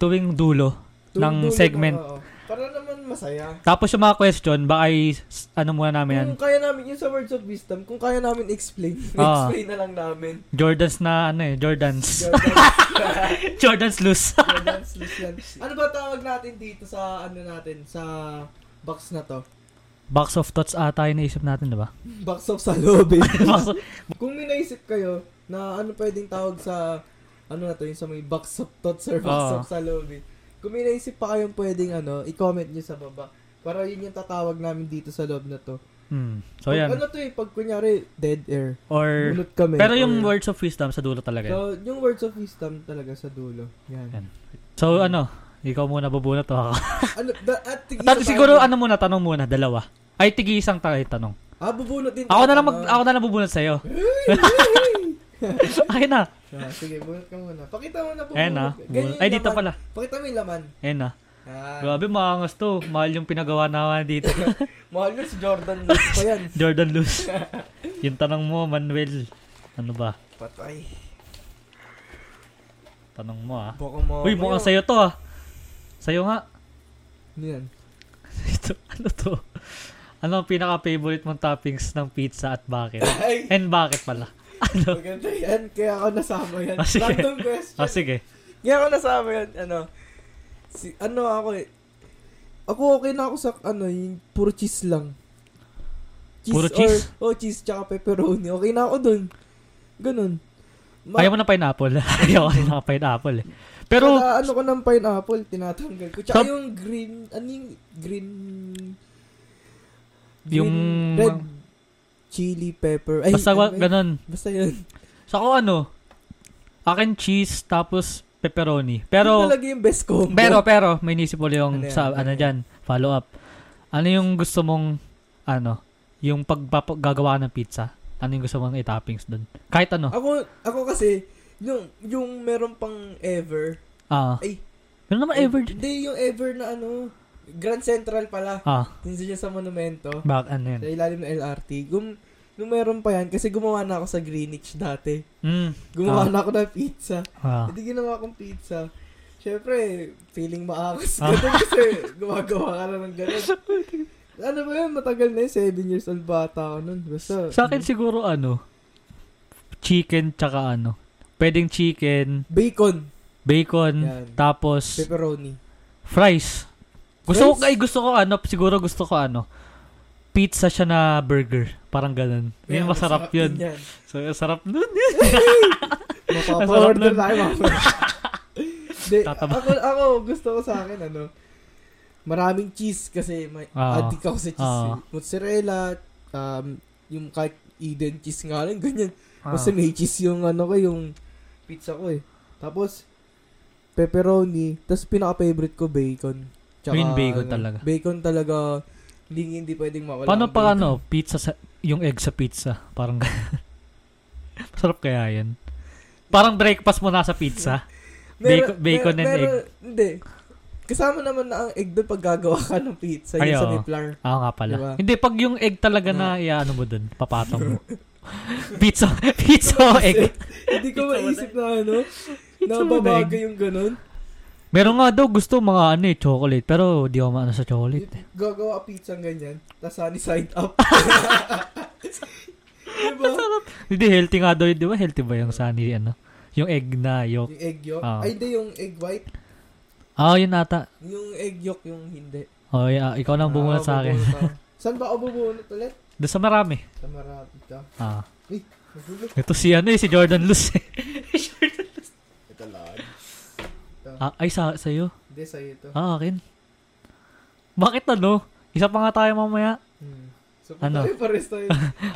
tuwing dulo. ng Tulog-tulog segment. na, oo. Para naman masaya. Tapos yung mga question, baka ay, s- ano muna namin yan, Kung kaya namin, yung sa words of wisdom, kung kaya namin explain, Ah. explain na lang namin. Jordans na, ano eh, Jordans. Jordan, Jordans loose. Jordan's loose yan. Ano ba tawag natin dito sa, ano natin, sa box na to? box of thoughts ata yung naisip natin, di ba? Box of salobin. Box of- Kung may naisip kayo na ano pwedeng tawag sa ano na to, yung sa may box of thoughts or box Oo. of salobin. Kung may naisip pa kayong pwedeng ano, i-comment nyo sa baba. Para yun yung tatawag namin dito sa loob na to. Hmm. So, Pag yan. Ano to eh, pag kunyari, dead air. Or, Bunot kami. pero yung or- words of wisdom sa dulo talaga. yun. So, yung words of wisdom talaga sa dulo. Yan. Ano Yan. So, ano, ikaw muna babunot o ako? ano, da, at tigisa Dati tayo siguro, dun. ano muna, tanong muna, dalawa. Ay, tigi isang tayo tanong. Ah, bubunot din. Ako na lang, tayo, mag, ano. ako na lang bubunot sa'yo. Akin na. Ah, sige, bunot ka muna. Pakita mo na po. Ayan na. Ay, dito pala. Pakita mo yung laman. Ayan na. Ah, Grabe, maangas to. Mahal yung pinagawa naman dito. mahal yun si Jordan Lewis pa yan. Jordan Luz. yung tanong mo, Manuel. Ano ba? Patay. Tanong mo, ah. Baka mo. Uy, mukhang sa'yo to, ah. Sa'yo nga. Ano Yan. Ito, ano to? Ano ang pinaka-favorite mong toppings ng pizza at bakit? Ay, And bakit pala? Ano? maganda yan. Kaya ako nasama yan. Ah, sige. Random question. Ah, sige. Kaya ako nasama yan. Ano, si, ano ako eh. Ako okay na ako sa, ano, yung puro cheese lang. Puro cheese? Or, oh, cheese tsaka pepperoni. Okay na ako dun. Ganun. Ma- Ayaw mo na pineapple. Ayaw ko na pineapple eh. Pero, Kada ano ko ng pineapple, tinatanggal ko. Tsaka Sab- yung green, ano yung green... Yung- green- Red chili pepper. Ay, basta wa- ano ba yun? ganun. Basta yun. Sa ako ano, akin cheese tapos pepperoni. Pero, Pero, talaga yung best combo. pero, pero, may inisip ulit yung Ano yan? sa, ano dyan, follow up. Ano yung gusto mong, ano, yung pagpapa- gagawa ng pizza? Ano yung gusto mong i-toppings dun? Kahit ano. Ako, ako kasi, yung, yung meron pang ever. Ah. Ay. Ano naman ever dyan? Hindi, yung ever na ano, Grand Central pala. Ah, Yung dyan sa monumento. bak, ano yun? Sa ilalim ng LRT. Gum, nung meron pa yan, kasi gumawa na ako sa Greenwich dati. Mm. Gumawa Ah. na ako ng pizza. Ah. Hindi ginawa akong pizza. Siyempre, feeling maakas Ah. ka dun kasi gumagawa ka na ng ganun. Ano ba yun? Matagal na yun. 7 years old bata ako nun. Basta, Sa akin siguro ano, chicken tsaka ano. Pwedeng chicken, bacon, bacon, Yan. tapos pepperoni. fries. Gusto ko, Fries? ay gusto ko ano, siguro gusto ko ano, pizza siya na burger. Parang ganun. Yun, Yan, masarap din yun. yan. So, ang sarap nun. Masarap Mapapa-order nun. tayo. mapapa- Hindi, Tataba. ako, ako, gusto ko sa akin, ano, maraming cheese kasi may, Oo. addict ako sa cheese. Oo. eh. Mozzarella, um, yung kahit Eden cheese nga lang, ganyan. Ah. Kasi may cheese yung ano ko, yung pizza ko eh. Tapos, pepperoni. Tapos pinaka-favorite ko, bacon. Yun, bacon talaga. Bacon talaga. Hindi, hindi pwedeng mawala. Paano ang pa bacon. ano, pizza sa, yung egg sa pizza? Parang ganun. Masarap kaya yan. Parang breakfast mo na sa pizza. Bacon- bacon and meron- Hindi. Kasama naman na ang egg doon pag gagawa ka ng pizza. Yun Ay, sa oo. Niplar. Ah, nga pala. Diba? Hindi, pag yung egg talaga na, iaano mo dun, papatong mo. pizza, pizza o egg. Hindi ko maisip na ano, na Pizza with babaga yung ganun. Meron nga daw gusto mga ano eh, chocolate, pero di ako maano sa chocolate. Gagawa ka pizza ng ganyan, tas sunny side up. diba? Hindi, healthy nga daw yun, di ba? Healthy ba yung sunny, ano? Yung egg na yolk. Yung egg yolk. Ah. Ay, hindi yung egg white. Ah, yun ata. Yung egg yolk yung hindi. Oh, yeah, ikaw na ang bumunot Ah, sa akin. bubunot ako. Saan ba ako bubunot ulit? Doon sa marami. Sa Marapi ka. Ah. Magulo. Ito si ano eh, si Jordan Luz eh. Ito lang. Ah, ay, sa, sa'yo? Hindi, sa'yo ito. Ah, akin? Bakit ano? Isa pa nga tayo mamaya. Hmm. So, Ano? ano? Tayo, pares tayo.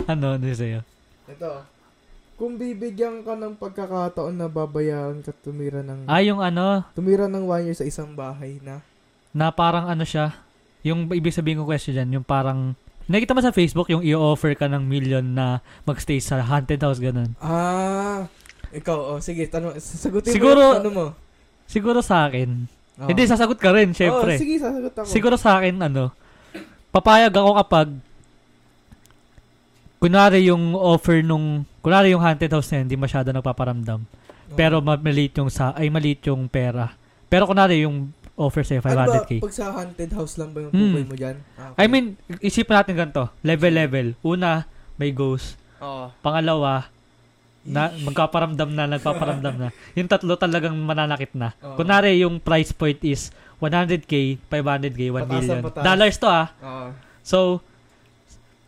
Ano, ano sa'yo? ito. Kung bibigyan ka ng pagkakataon na babayaan ka tumira ng Ah, yung ano, tumira ng one year sa isang bahay na na parang ano siya, yung ibig sabihin ko question dyan, yung parang, nakita mo sa Facebook yung i-offer ka ng million na magstay sa haunted house, ganun. Ah, ikaw, oh, sige, tanong, sagutin Siguro- mo yung tanong mo. Siguro sa akin, Oh. hindi, sasagot ka rin, syempre. Oh, sige, sasagot ako. Siguro sa akin, ano, papayag ako kapag, kunwari yung offer nung, kunwari yung haunted house na yun, hindi masyado nagpaparamdam. Oh. Pero ma- maliit yung sa, ay maliit yung pera. Pero kunwari yung offer sa'yo, Ano ba, 500k. pag sa haunted house lang ba yung Hmm. pupoy mo dyan? Ah, okay. I mean, isipin natin ganito, level-level. Una, may ghost. Oo. Pangalawa, na magkaparamdam na, nagpaparamdam na. Yung tatlo talagang mananakit na. Oo. Kunwari, yung price point is 100k, 500k, 1 Pataas ang million. pataas. Dollars to ah. Oo. So,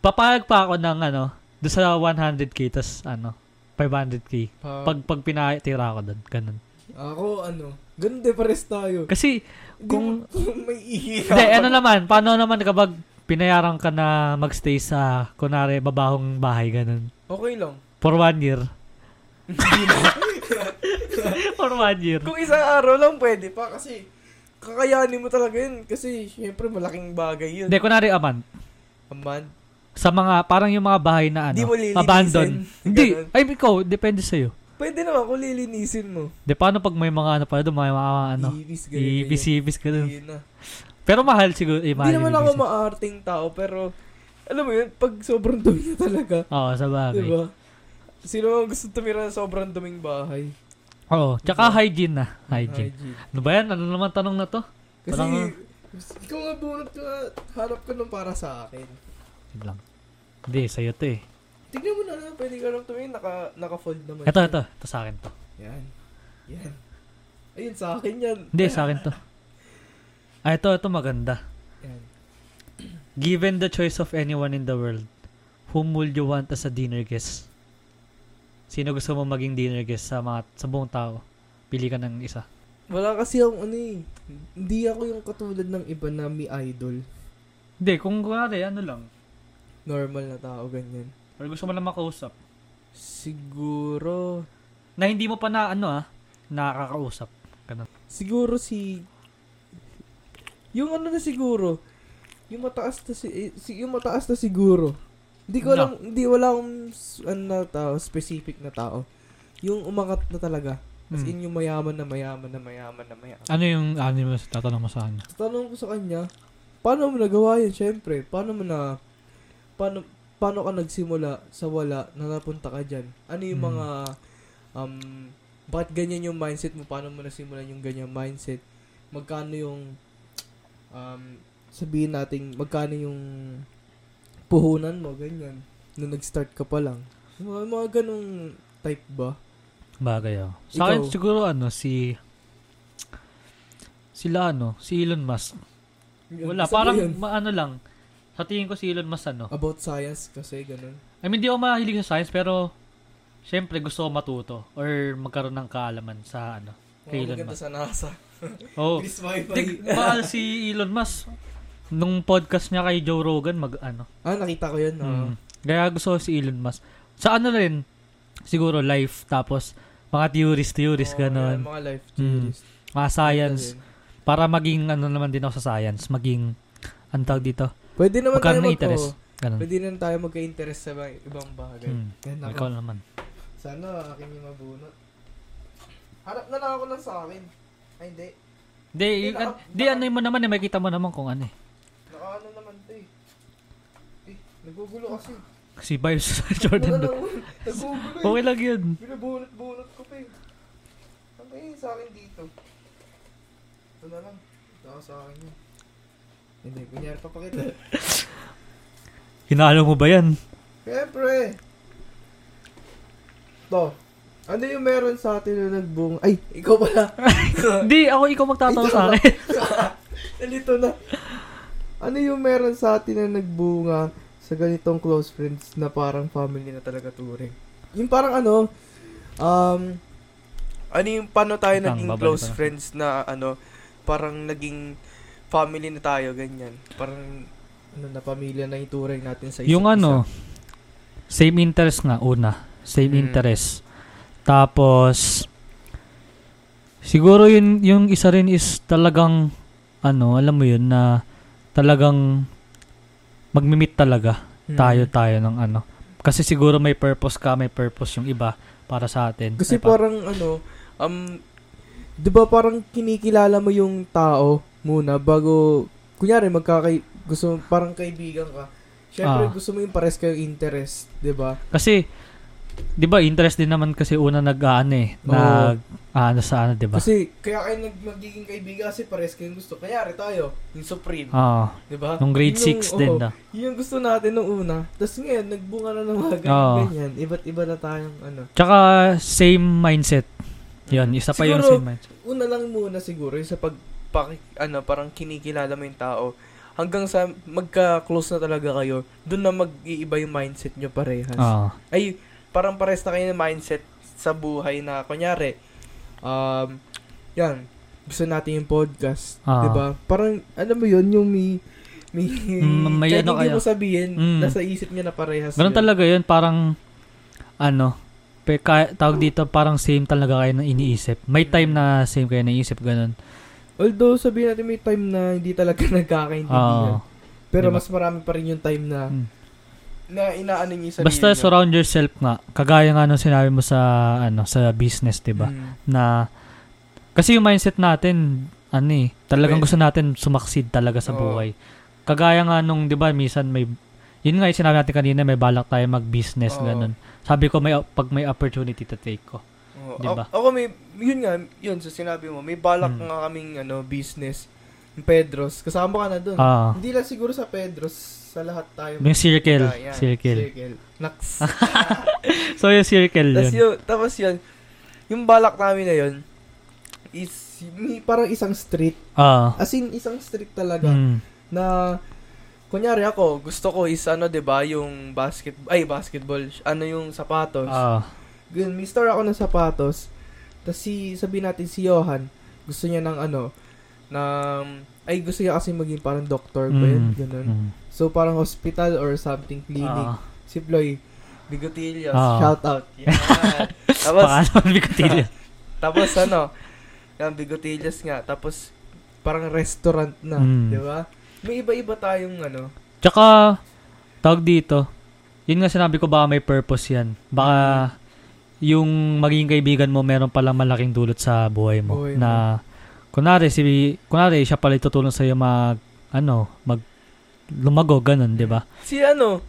papayag pa ako ng ano, doon sa 100k, tas ano, 500k. Pa- Pag, pag pinatira ako doon, ganun. ako, ano, ganun de pares tayo. Kasi, Kung, Kung- may iiyak. hindi, ano naman, paano naman kapag pinayaran ka na magstay sa, kunwari, babahong bahay, ganun. Okay lang. For one year. For one year. Kung isang araw lang pwede pa kasi kakayanin mo talaga yun kasi syempre malaking bagay yun. Hindi, kunwari a month. Aman. Sa mga, parang yung mga bahay na ano, Di mo lilinisin. abandon. Hindi, Ganun. ay ikaw, depende sa'yo. Pwede naman kung lilinisin mo. De, paano pag may mga ano pala doon, may mga ano, Ibis ganun. ibis-ibis ka doon. Yun na. Pero mahal siguro, eh, Hindi mahal naman yung ako ibis. maarting tao, pero alam mo yun, pag sobrang dumi na talaga, Oo, sa bagay. diba? Sino ang gusto tumira ng sobrang duming bahay? Oo, tsaka Diba? hygiene na. Hygiene. Ano ba yan? Ano naman tanong na to? Kasi, Parang- ikaw nga bunot ka, hanap ka nung para sa akin. Wait lang. Hindi, sa'yo to eh. Tignan mo na lang, pwede ka lang tumingin, naka, naka-fold naman. Ito, siya. ito. Ito sa akin to. Yan. Yan. Ayun, sa akin yan. Hindi, sa akin to. Ah, ito, ito maganda. Yan. Given the choice of anyone in the world, whom would you want as a dinner guest? Sino gusto mo maging dinner guest sa mga sa buong tao? Pili ka ng isa. Wala kasi akong ano eh. Hindi ako yung katulad ng iba na may idol. Hindi, kung kunwari, ano lang. Normal na tao, ganyan. Or gusto mo lang makausap. Siguro, Na hindi mo pa na, ano ah, nakakausap. Siguro si yung ano na siguro yung mataas na si, eh, si- yung mataas na siguro. Hindi ko alam, hindi wala akong s- ano na tao, specific na tao. Yung umangat na talaga. As Hmm. in yung mayaman na mayaman na mayaman na mayaman. Ano yung ano mo tatanong mo sa kanya? Tanong ko sa kanya, paano mo nagawa yun? Siyempre, paano mo na, paano, paano ka nagsimula sa wala na napunta ka dyan? Ano yung Hmm. mga, um, bakit ganyan yung mindset mo? Paano mo nasimulan yung ganyang mindset? Magkano yung, um, sabihin natin, magkano yung puhunan mo, ganyan, nung nag-start ka pa lang. Mga, mga ganong type ba? Bagay oh. Ikaw? Sa akin siguro ano, si... Sila ano, si Elon Musk. Yun, Wala, isa ba parang yun? maano lang. Sa tingin ko si Elon Musk ano. About science kasi, ganun. I mean, di ako mahilig sa science pero syempre gusto ko matuto or magkaroon ng kaalaman sa ano. Kay Mga Elon maganda sa NASA. Oh, Please, wifi. Di, mahal si Elon Musk. Nung podcast niya kay Joe Rogan, mag ano. Ah, nakita ko yun. Mm. Kaya gusto ko si Elon Musk. Sa ano rin, siguro life, tapos mga theories, theories, ganon. Oh, mga life Mm. theories. Mga science. Para maging ano naman din ako sa science, maging, ang tawag dito, Pwede Ano naman tayo magkaroon ng mag- interest. oh, Ganon. pwede naman tayo magka-interest sa mga ibang bagay. Mm. Yan ako. Ikaw naman. Sana akin yung mabunot. Harap na lang ako lang sa akin. Ay, hindi. Di, Di, naka- di ano mo naman, eh, makikita mo naman kung ano eh. Nakaano naman to eh. Eh, nagugulo kasi. Si Biles Ano Jordan. Wala Doon. lang, Nagugulo eh. Okay lang yun. Binabunot-bunot ko pa eh. Ang eh, sa akin dito. Ito na lang. Ito na sa akin yun. Hindi, kunyari pa pa kita. Hinalo mo ba yan? Siyempre! Ito. Ano yung meron sa atin na nagbung... Ay, ikaw pala. Hindi, ako ikaw magtatanong sa akin. Nalito na. Ano yung meron sa atin na nagbunga sa ganitong close friends na parang family na talaga turing? Yung parang ano, um, ano yung paano tayo Utang, naging babalik close ako. friends na ano, parang naging family na tayo, ganyan. Parang, ano na, pamilya na ituring natin sa isa't Yung isa. ano, same interest nga una. Same Mm. interest. Tapos, siguro yun, yung isa rin is talagang, ano, alam mo yun, na talagang magmi-meet talaga Hmm. tayo-tayo ng ano. Kasi siguro may purpose ka, may purpose yung iba para sa atin. Kasi Ay, pa- parang ano, um, di ba parang kinikilala mo yung tao muna bago, kunyari magkakay, gusto mo- parang kaibigan ka. Siyempre Ah. gusto mo yung pares kayong interest, di ba? Kasi, di ba, interest din naman kasi una nag-ano eh, Oo. nag, ano sa ano, di ba? Kasi kaya kayo nag magiging kaibigan kasi pares kayong gusto. Kanyari tayo, yung Supreme, Oo. di ba? Ah, nung grade Yun yung- 6 din oo, na. Yun yung gusto natin nung una. Tapos ngayon, nagbunga na ng mga Oo. ganyan, ganyan. Iba't iba na tayong ano. Tsaka, same mindset. Yun, isa pa yung Siguro, same mindset. una lang muna siguro yung sa pag paki- ano parang kinikilala mo yung tao hanggang sa magka-close na talaga kayo doon na mag-iiba yung mindset nyo parehas Oo. ay parang pares na kayo ng mindset sa buhay na kunyari um yan gusto natin yung podcast Ah. 'di ba parang alam mo yun yung may may, Mm, may kahit ano hindi kayo. mo sabihin Mm. nasa isip niya na parehas Ganun yun. talaga yun, parang, ano, pe, ka, tawag dito, parang same talaga kayo ng iniisip. May time na same kayo naisip, ganun. although sabihin natin may time na hindi talaga nagkakaintindihan Oo. Pero Diba? mas marami pa rin yung time na Mm. na inaano niyo sa Basta surround yourself nga. Kagaya nga nung sinabi mo sa, ano, sa business, di ba? Hmm. Na, kasi yung mindset natin, ano eh, talagang Well, gusto natin sumaksid talaga sa oo. buhay. Kagaya nga nung, di ba, minsan may, yun nga yung sinabi natin kanina, may balak tayo mag-business, Oo. ganun. Sabi ko, may, pag may opportunity to take ko. Diba? Ako may yun nga, yun sa sinabi mo, may balak Mm. nga kaming ano business yung Pedros. Kasama ka na doon. Ah, Hindi lang siguro sa Pedros, sa lahat tayo. yung circle, Ah, yan, circle. Naks. So yung circle Ah, tapos yun. yun, tapos yun, yung balak namin na yun, is may parang isang street. Ah. As in, isang street talaga. Mm. na kunyari ako, gusto ko is ano 'di ba, yung basket ay basketball, sh- ano yung sapatos. Ah. Gun, may store ako ng sapatos. Tapos si sabi natin si Johan, gusto niya ng ano ng ay gusto niya kasi maging parang doctor ba Mm. yun, ganun. Mm. So parang hospital or something clinic. Ah. Si Floyd Bigotillos, Ah. shout out. Yan. tapos Paano magbigotilyo? tapos ano, yung Bigotillos nga, tapos parang restaurant na, Mm. 'di ba? May iba-iba tayong ano, Tsaka, tawag dito, yun nga sinabi ko baka may purpose yan. Baka yung magiging kaibigan mo meron palang malaking dulot sa buhay mo. Buhay mo. na, kunwari, si, kunwari, siya pala tutulong sa'yo mag, ano, mag, lumago, ganun, di ba? Si ano,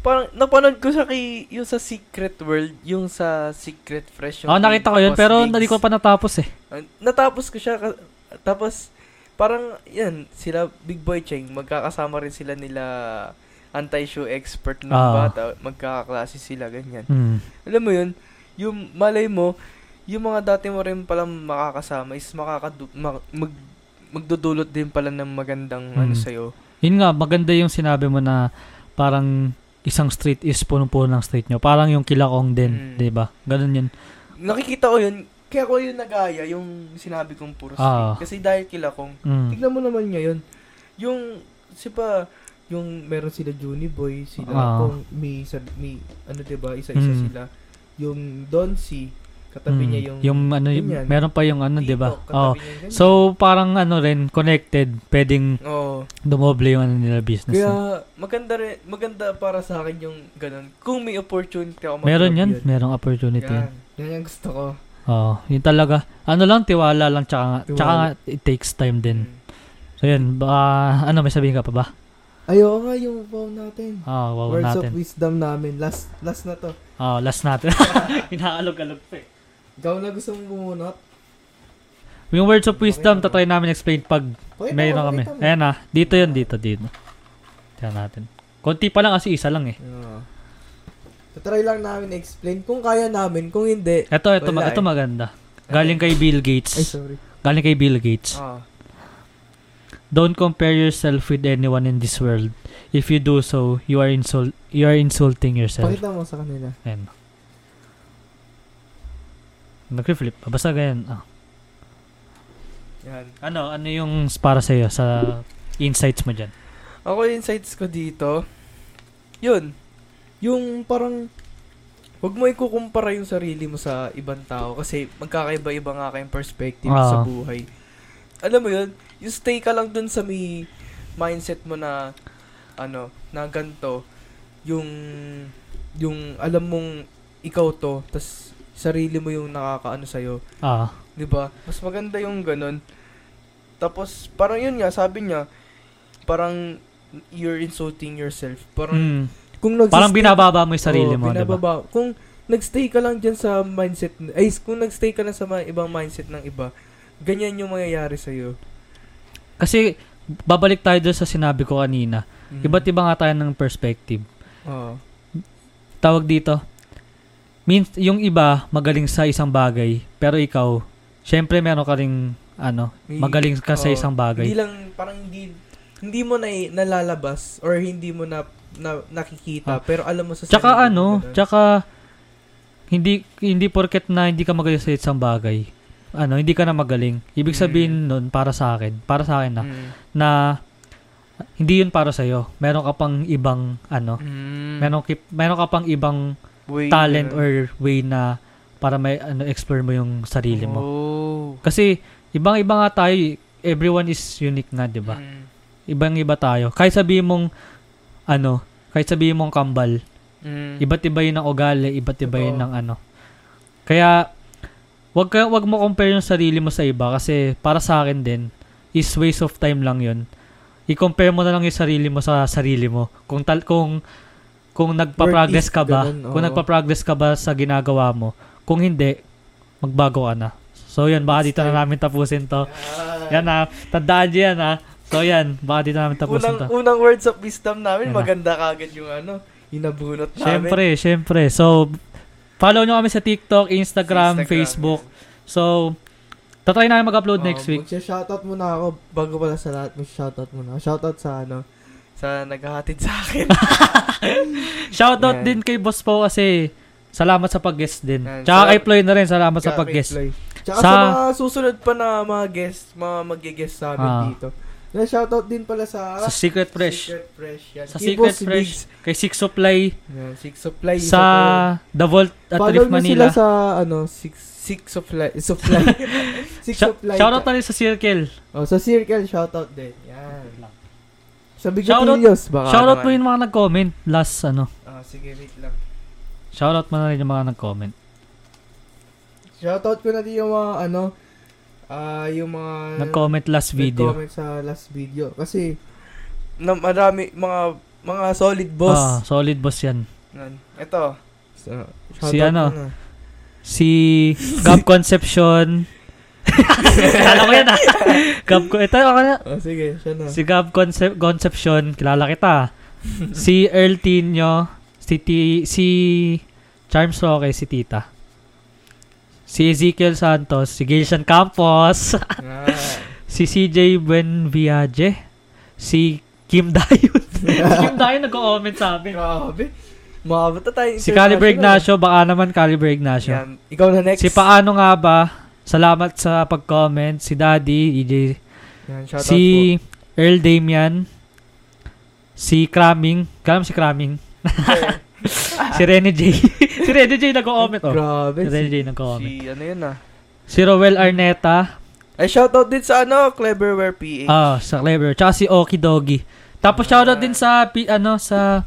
parang napanood ko siya kay, yung sa Secret World, yung sa Secret Fresh. yung Ah, kay nakita ko yun, Boss pero Biggs. hindi ko pa natapos eh. Ah, Natapos ko siya, ka- tapos parang yan, sila Big Boy Cheng, magkakasama rin sila nila anti-shoe expert ng Ah. bata, magkakaklase sila, ganyan. Mm. Alam mo yun, yung malay mo, yung mga dati mo rin palang makakasama is makakadu- ma- mag, magdudulot din pala ng magandang ano Mm. sa'yo. Yun nga, maganda yung sinabi mo na parang isang street is punong-puno ng street nyo. Parang yung kilakong din, Hmm. Mm. di ba? Ganun yun. Nakikita ko yun, kaya ko yun nagaya, yung sinabi kong puro Ah. street. Kasi dahil kila kong, Mm. Tignan mo naman ngayon, yung, si pa, yung meron sila Juniboy, sila Ah. kung may, sa, may ano 'di ba, isa-isa Mm. sila. Yung Don C, katabi Mm. niya yung ano, ganyan. meron pa yung ano, 'di ba? Tito, katabi Oh. niya yung ganyan. So parang ano rin connected, pwedeng oh, dumoble yung ano nila business. kaya nila. maganda rin, maganda para sa akin yung ganun. Kung may opportunity ako meron mag-job 'yan, merong opportunity. yan, yan. yan ang gusto ko. Oo, yun talaga. Ano lang, tiwala lang, tsaka, nga- tsaka Tiwala. nga, it takes time din. Hmm. So, yun, baka, ano, may sabihin ka pa ba? Ayo nga yung wow natin. Ah, wow Words natin. of wisdom namin. Last last na to. Ah, last natin. Inaalog-alog pa eh. Ikaw na gusto mong bumunot? Yung words of wisdom, tatry namin explain pag Okay, mayroon tama, kami. tama. Ayan ah, dito yun, dito, dito. Tingnan natin. Konti pa lang kasi isa lang eh. Oo. Tatry lang namin explain kung kaya namin, kung hindi. Ito, ito, ma- Wala ito eh. maganda. Galing kay Bill Ay, Gates. sorry. Galing kay Bill Gates. Ah. Don't compare yourself with anyone in this world. If you do so, you are insult you are insulting yourself. Pakita mo sa kanila. Ayan. Nag-flip. Ah, Basta ganyan. Ah. Yan. Ano, ano yung para sa'yo sa insights mo dyan? Ako yung insights ko dito. Yun. Yung parang Huwag mo ikukumpara yung sarili mo sa ibang tao kasi magkakaiba-iba nga kayong perspective Ah. sa buhay. Alam mo yun, you stay ka lang dun sa may mindset mo na ano, na ganito, yung yung alam mong ikaw to, tas sarili mo yung nakakaano sa'yo. Ah, 'di ba? Mas maganda yung ganun. Tapos parang yun nga, sabi niya, parang you're insulting yourself. Parang mm, Kung nagsistay- parang binababa mo yung sarili Oo, mo, di ba? binababa. Kung nagstay ka lang dyan sa mindset, ay, kung nagstay ka lang sa mga ibang mindset ng iba, ganyan yung mangyayari sa'yo. Kasi babalik tayo doon sa sinabi ko kanina. mm, Hmm. Iba't iba nga tayo ng perspective. oo. Tawag dito, means yung iba magaling sa isang bagay, pero ikaw, syempre meron ka ring, ano, May- oh, magaling ka sa oo. isang bagay. Hindi lang, parang hindi, hindi mo na nalalabas or hindi mo na, na nakikita, pero alam mo sa Ah. Tsaka sarili mo ano, ganun. tsaka hindi hindi porket na hindi ka magaling sa isang bagay. Ano, hindi ka na magaling. Ibig Mm. sabihin nun para sa akin, para sa akin na Mm, na hindi yun para sa'yo. Meron ka pang ibang ano, mm, meron, kip- meron ka pang ibang Mm. way talent ganun. or way na para may ano explore mo yung sarili mo. Oh. Kasi ibang-iba nga tayo, eh. everyone is unique nga, 'di ba? Mm, Ibang-iba tayo. Kahit sabihin mong ano, kahit sabihin mong kambal, mm, iba't iba 'yun ng ugali, iba't iba 'yun Totoo. ng ano. Kaya wag ka wag mo compare yung sarili mo sa iba kasi para sa akin din is waste of time lang 'yun. I-compare mo na lang yung sarili mo sa sarili mo. Kung tal kung kung nagpa-progress Worth is ka ba, ganun, kung oo. nagpa-progress ka ba sa ginagawa mo. Kung hindi, magbago ka na. So yan, baka dito na namin tapusin to. Yan na, tandaan nyo yan ha. So yan, baka dito namin tapusin unang, to. unang words of wisdom namin, Yan na. maganda kagad yung ano, inabunot namin. Siyempre, siyempre. So, follow nyo kami sa TikTok, Instagram, Instagram, Facebook. So, tatry namin mag-upload Oh, next week. Magsha-shoutout muna ako bago pala sa lahat. Magsha-shoutout muna. Shoutout sa ano. Sa naghahatid sa akin. Shoutout Yan. din kay Boss Pau kasi salamat sa pag-guest din. Yan. Tsaka Sa- kay Ploy na rin, salamat Kay sa pag-guest. Play. Tsaka sa, Sa- mga susunod pa na mga guest, mga mag-guest sa amin Ah. dito. Na shoutout din pala sa Sa Secret Fresh. Secret Fresh. Yan. Sa Kay Secret Boss Fresh. Bigs. Kay Six Supply. Yan, Six Supply. isa Sa pa yun. The Vault at Follow Rift nyo sila Manila. sa ano, Six, six Supply. Supply. six Shou- Supply. Shoutout na rin sa Circle. Oh, sa Circle, shoutout din. Yan. Sa Shoutout- Bigatilios, baka. Shoutout mo naman. Oh, yung mga nag-comment last ano. Ah, sige, wait lang. Shoutout mo na rin yung mga nag-comment. Shoutout ko na din yung mga ano, ah yung mga Nag-comment last video. nag-comment sa last video. Kasi, na marami mga mga solid Ah, boss. solid boss yan. Yan. Ito. sa, Si shoutout ano? ko na. si Gab Concepcion. Kala ko yan ah. Gab, Con- ito ako na. Oh, sige, siya na. Si Gab Concep- Concepcion, kilala kita. si Earl Tino, si, T- si Charms Roque, si Tita. Si Ezekiel Santos, si Gilshan Campos, Ah. si CJ Buenviaje, si Kim Dayun. si Kim Dayun nag-comment sa amin. Grabe. Maabot na tayo. Si Calibre international. Ignacio, baka naman Calibre Ignacio. Yan. Ikaw na next. Si paano nga ba? Salamat sa pag-comment. Si Daddy, EJ, Yan, shoutout si Earl Damian, si Kraming, kalam si Kraming, si Rene J. si Rene J nag-comment. po. Oh. Ah. Grabe. Si Rene Si, J nag-comment. Si ano yun ah. Si Roel Arneta, Ay, shoutout din sa ano, Cleverware PH. ah, Ah. sa Clever, tsaka si Okie Doggy. Tapos shoutout din sa, pi- ano, sa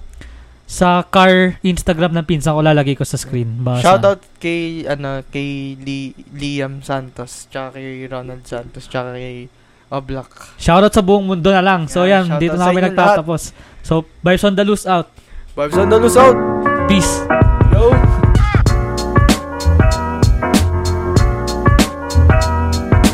sa car Instagram ng pinsan ko lalagay ko sa screen. Basa. Shoutout kay ano kay Li- Liam Santos, tsaka kay Ronald Santos, tsaka kay Oblak. Shoutout sa buong mundo na lang. So Yeah, yan, shoutout dito sa na kami inyo nagtatapos. So, Vibes on the Loose out. Vibes on the Loose out. Peace. Yo.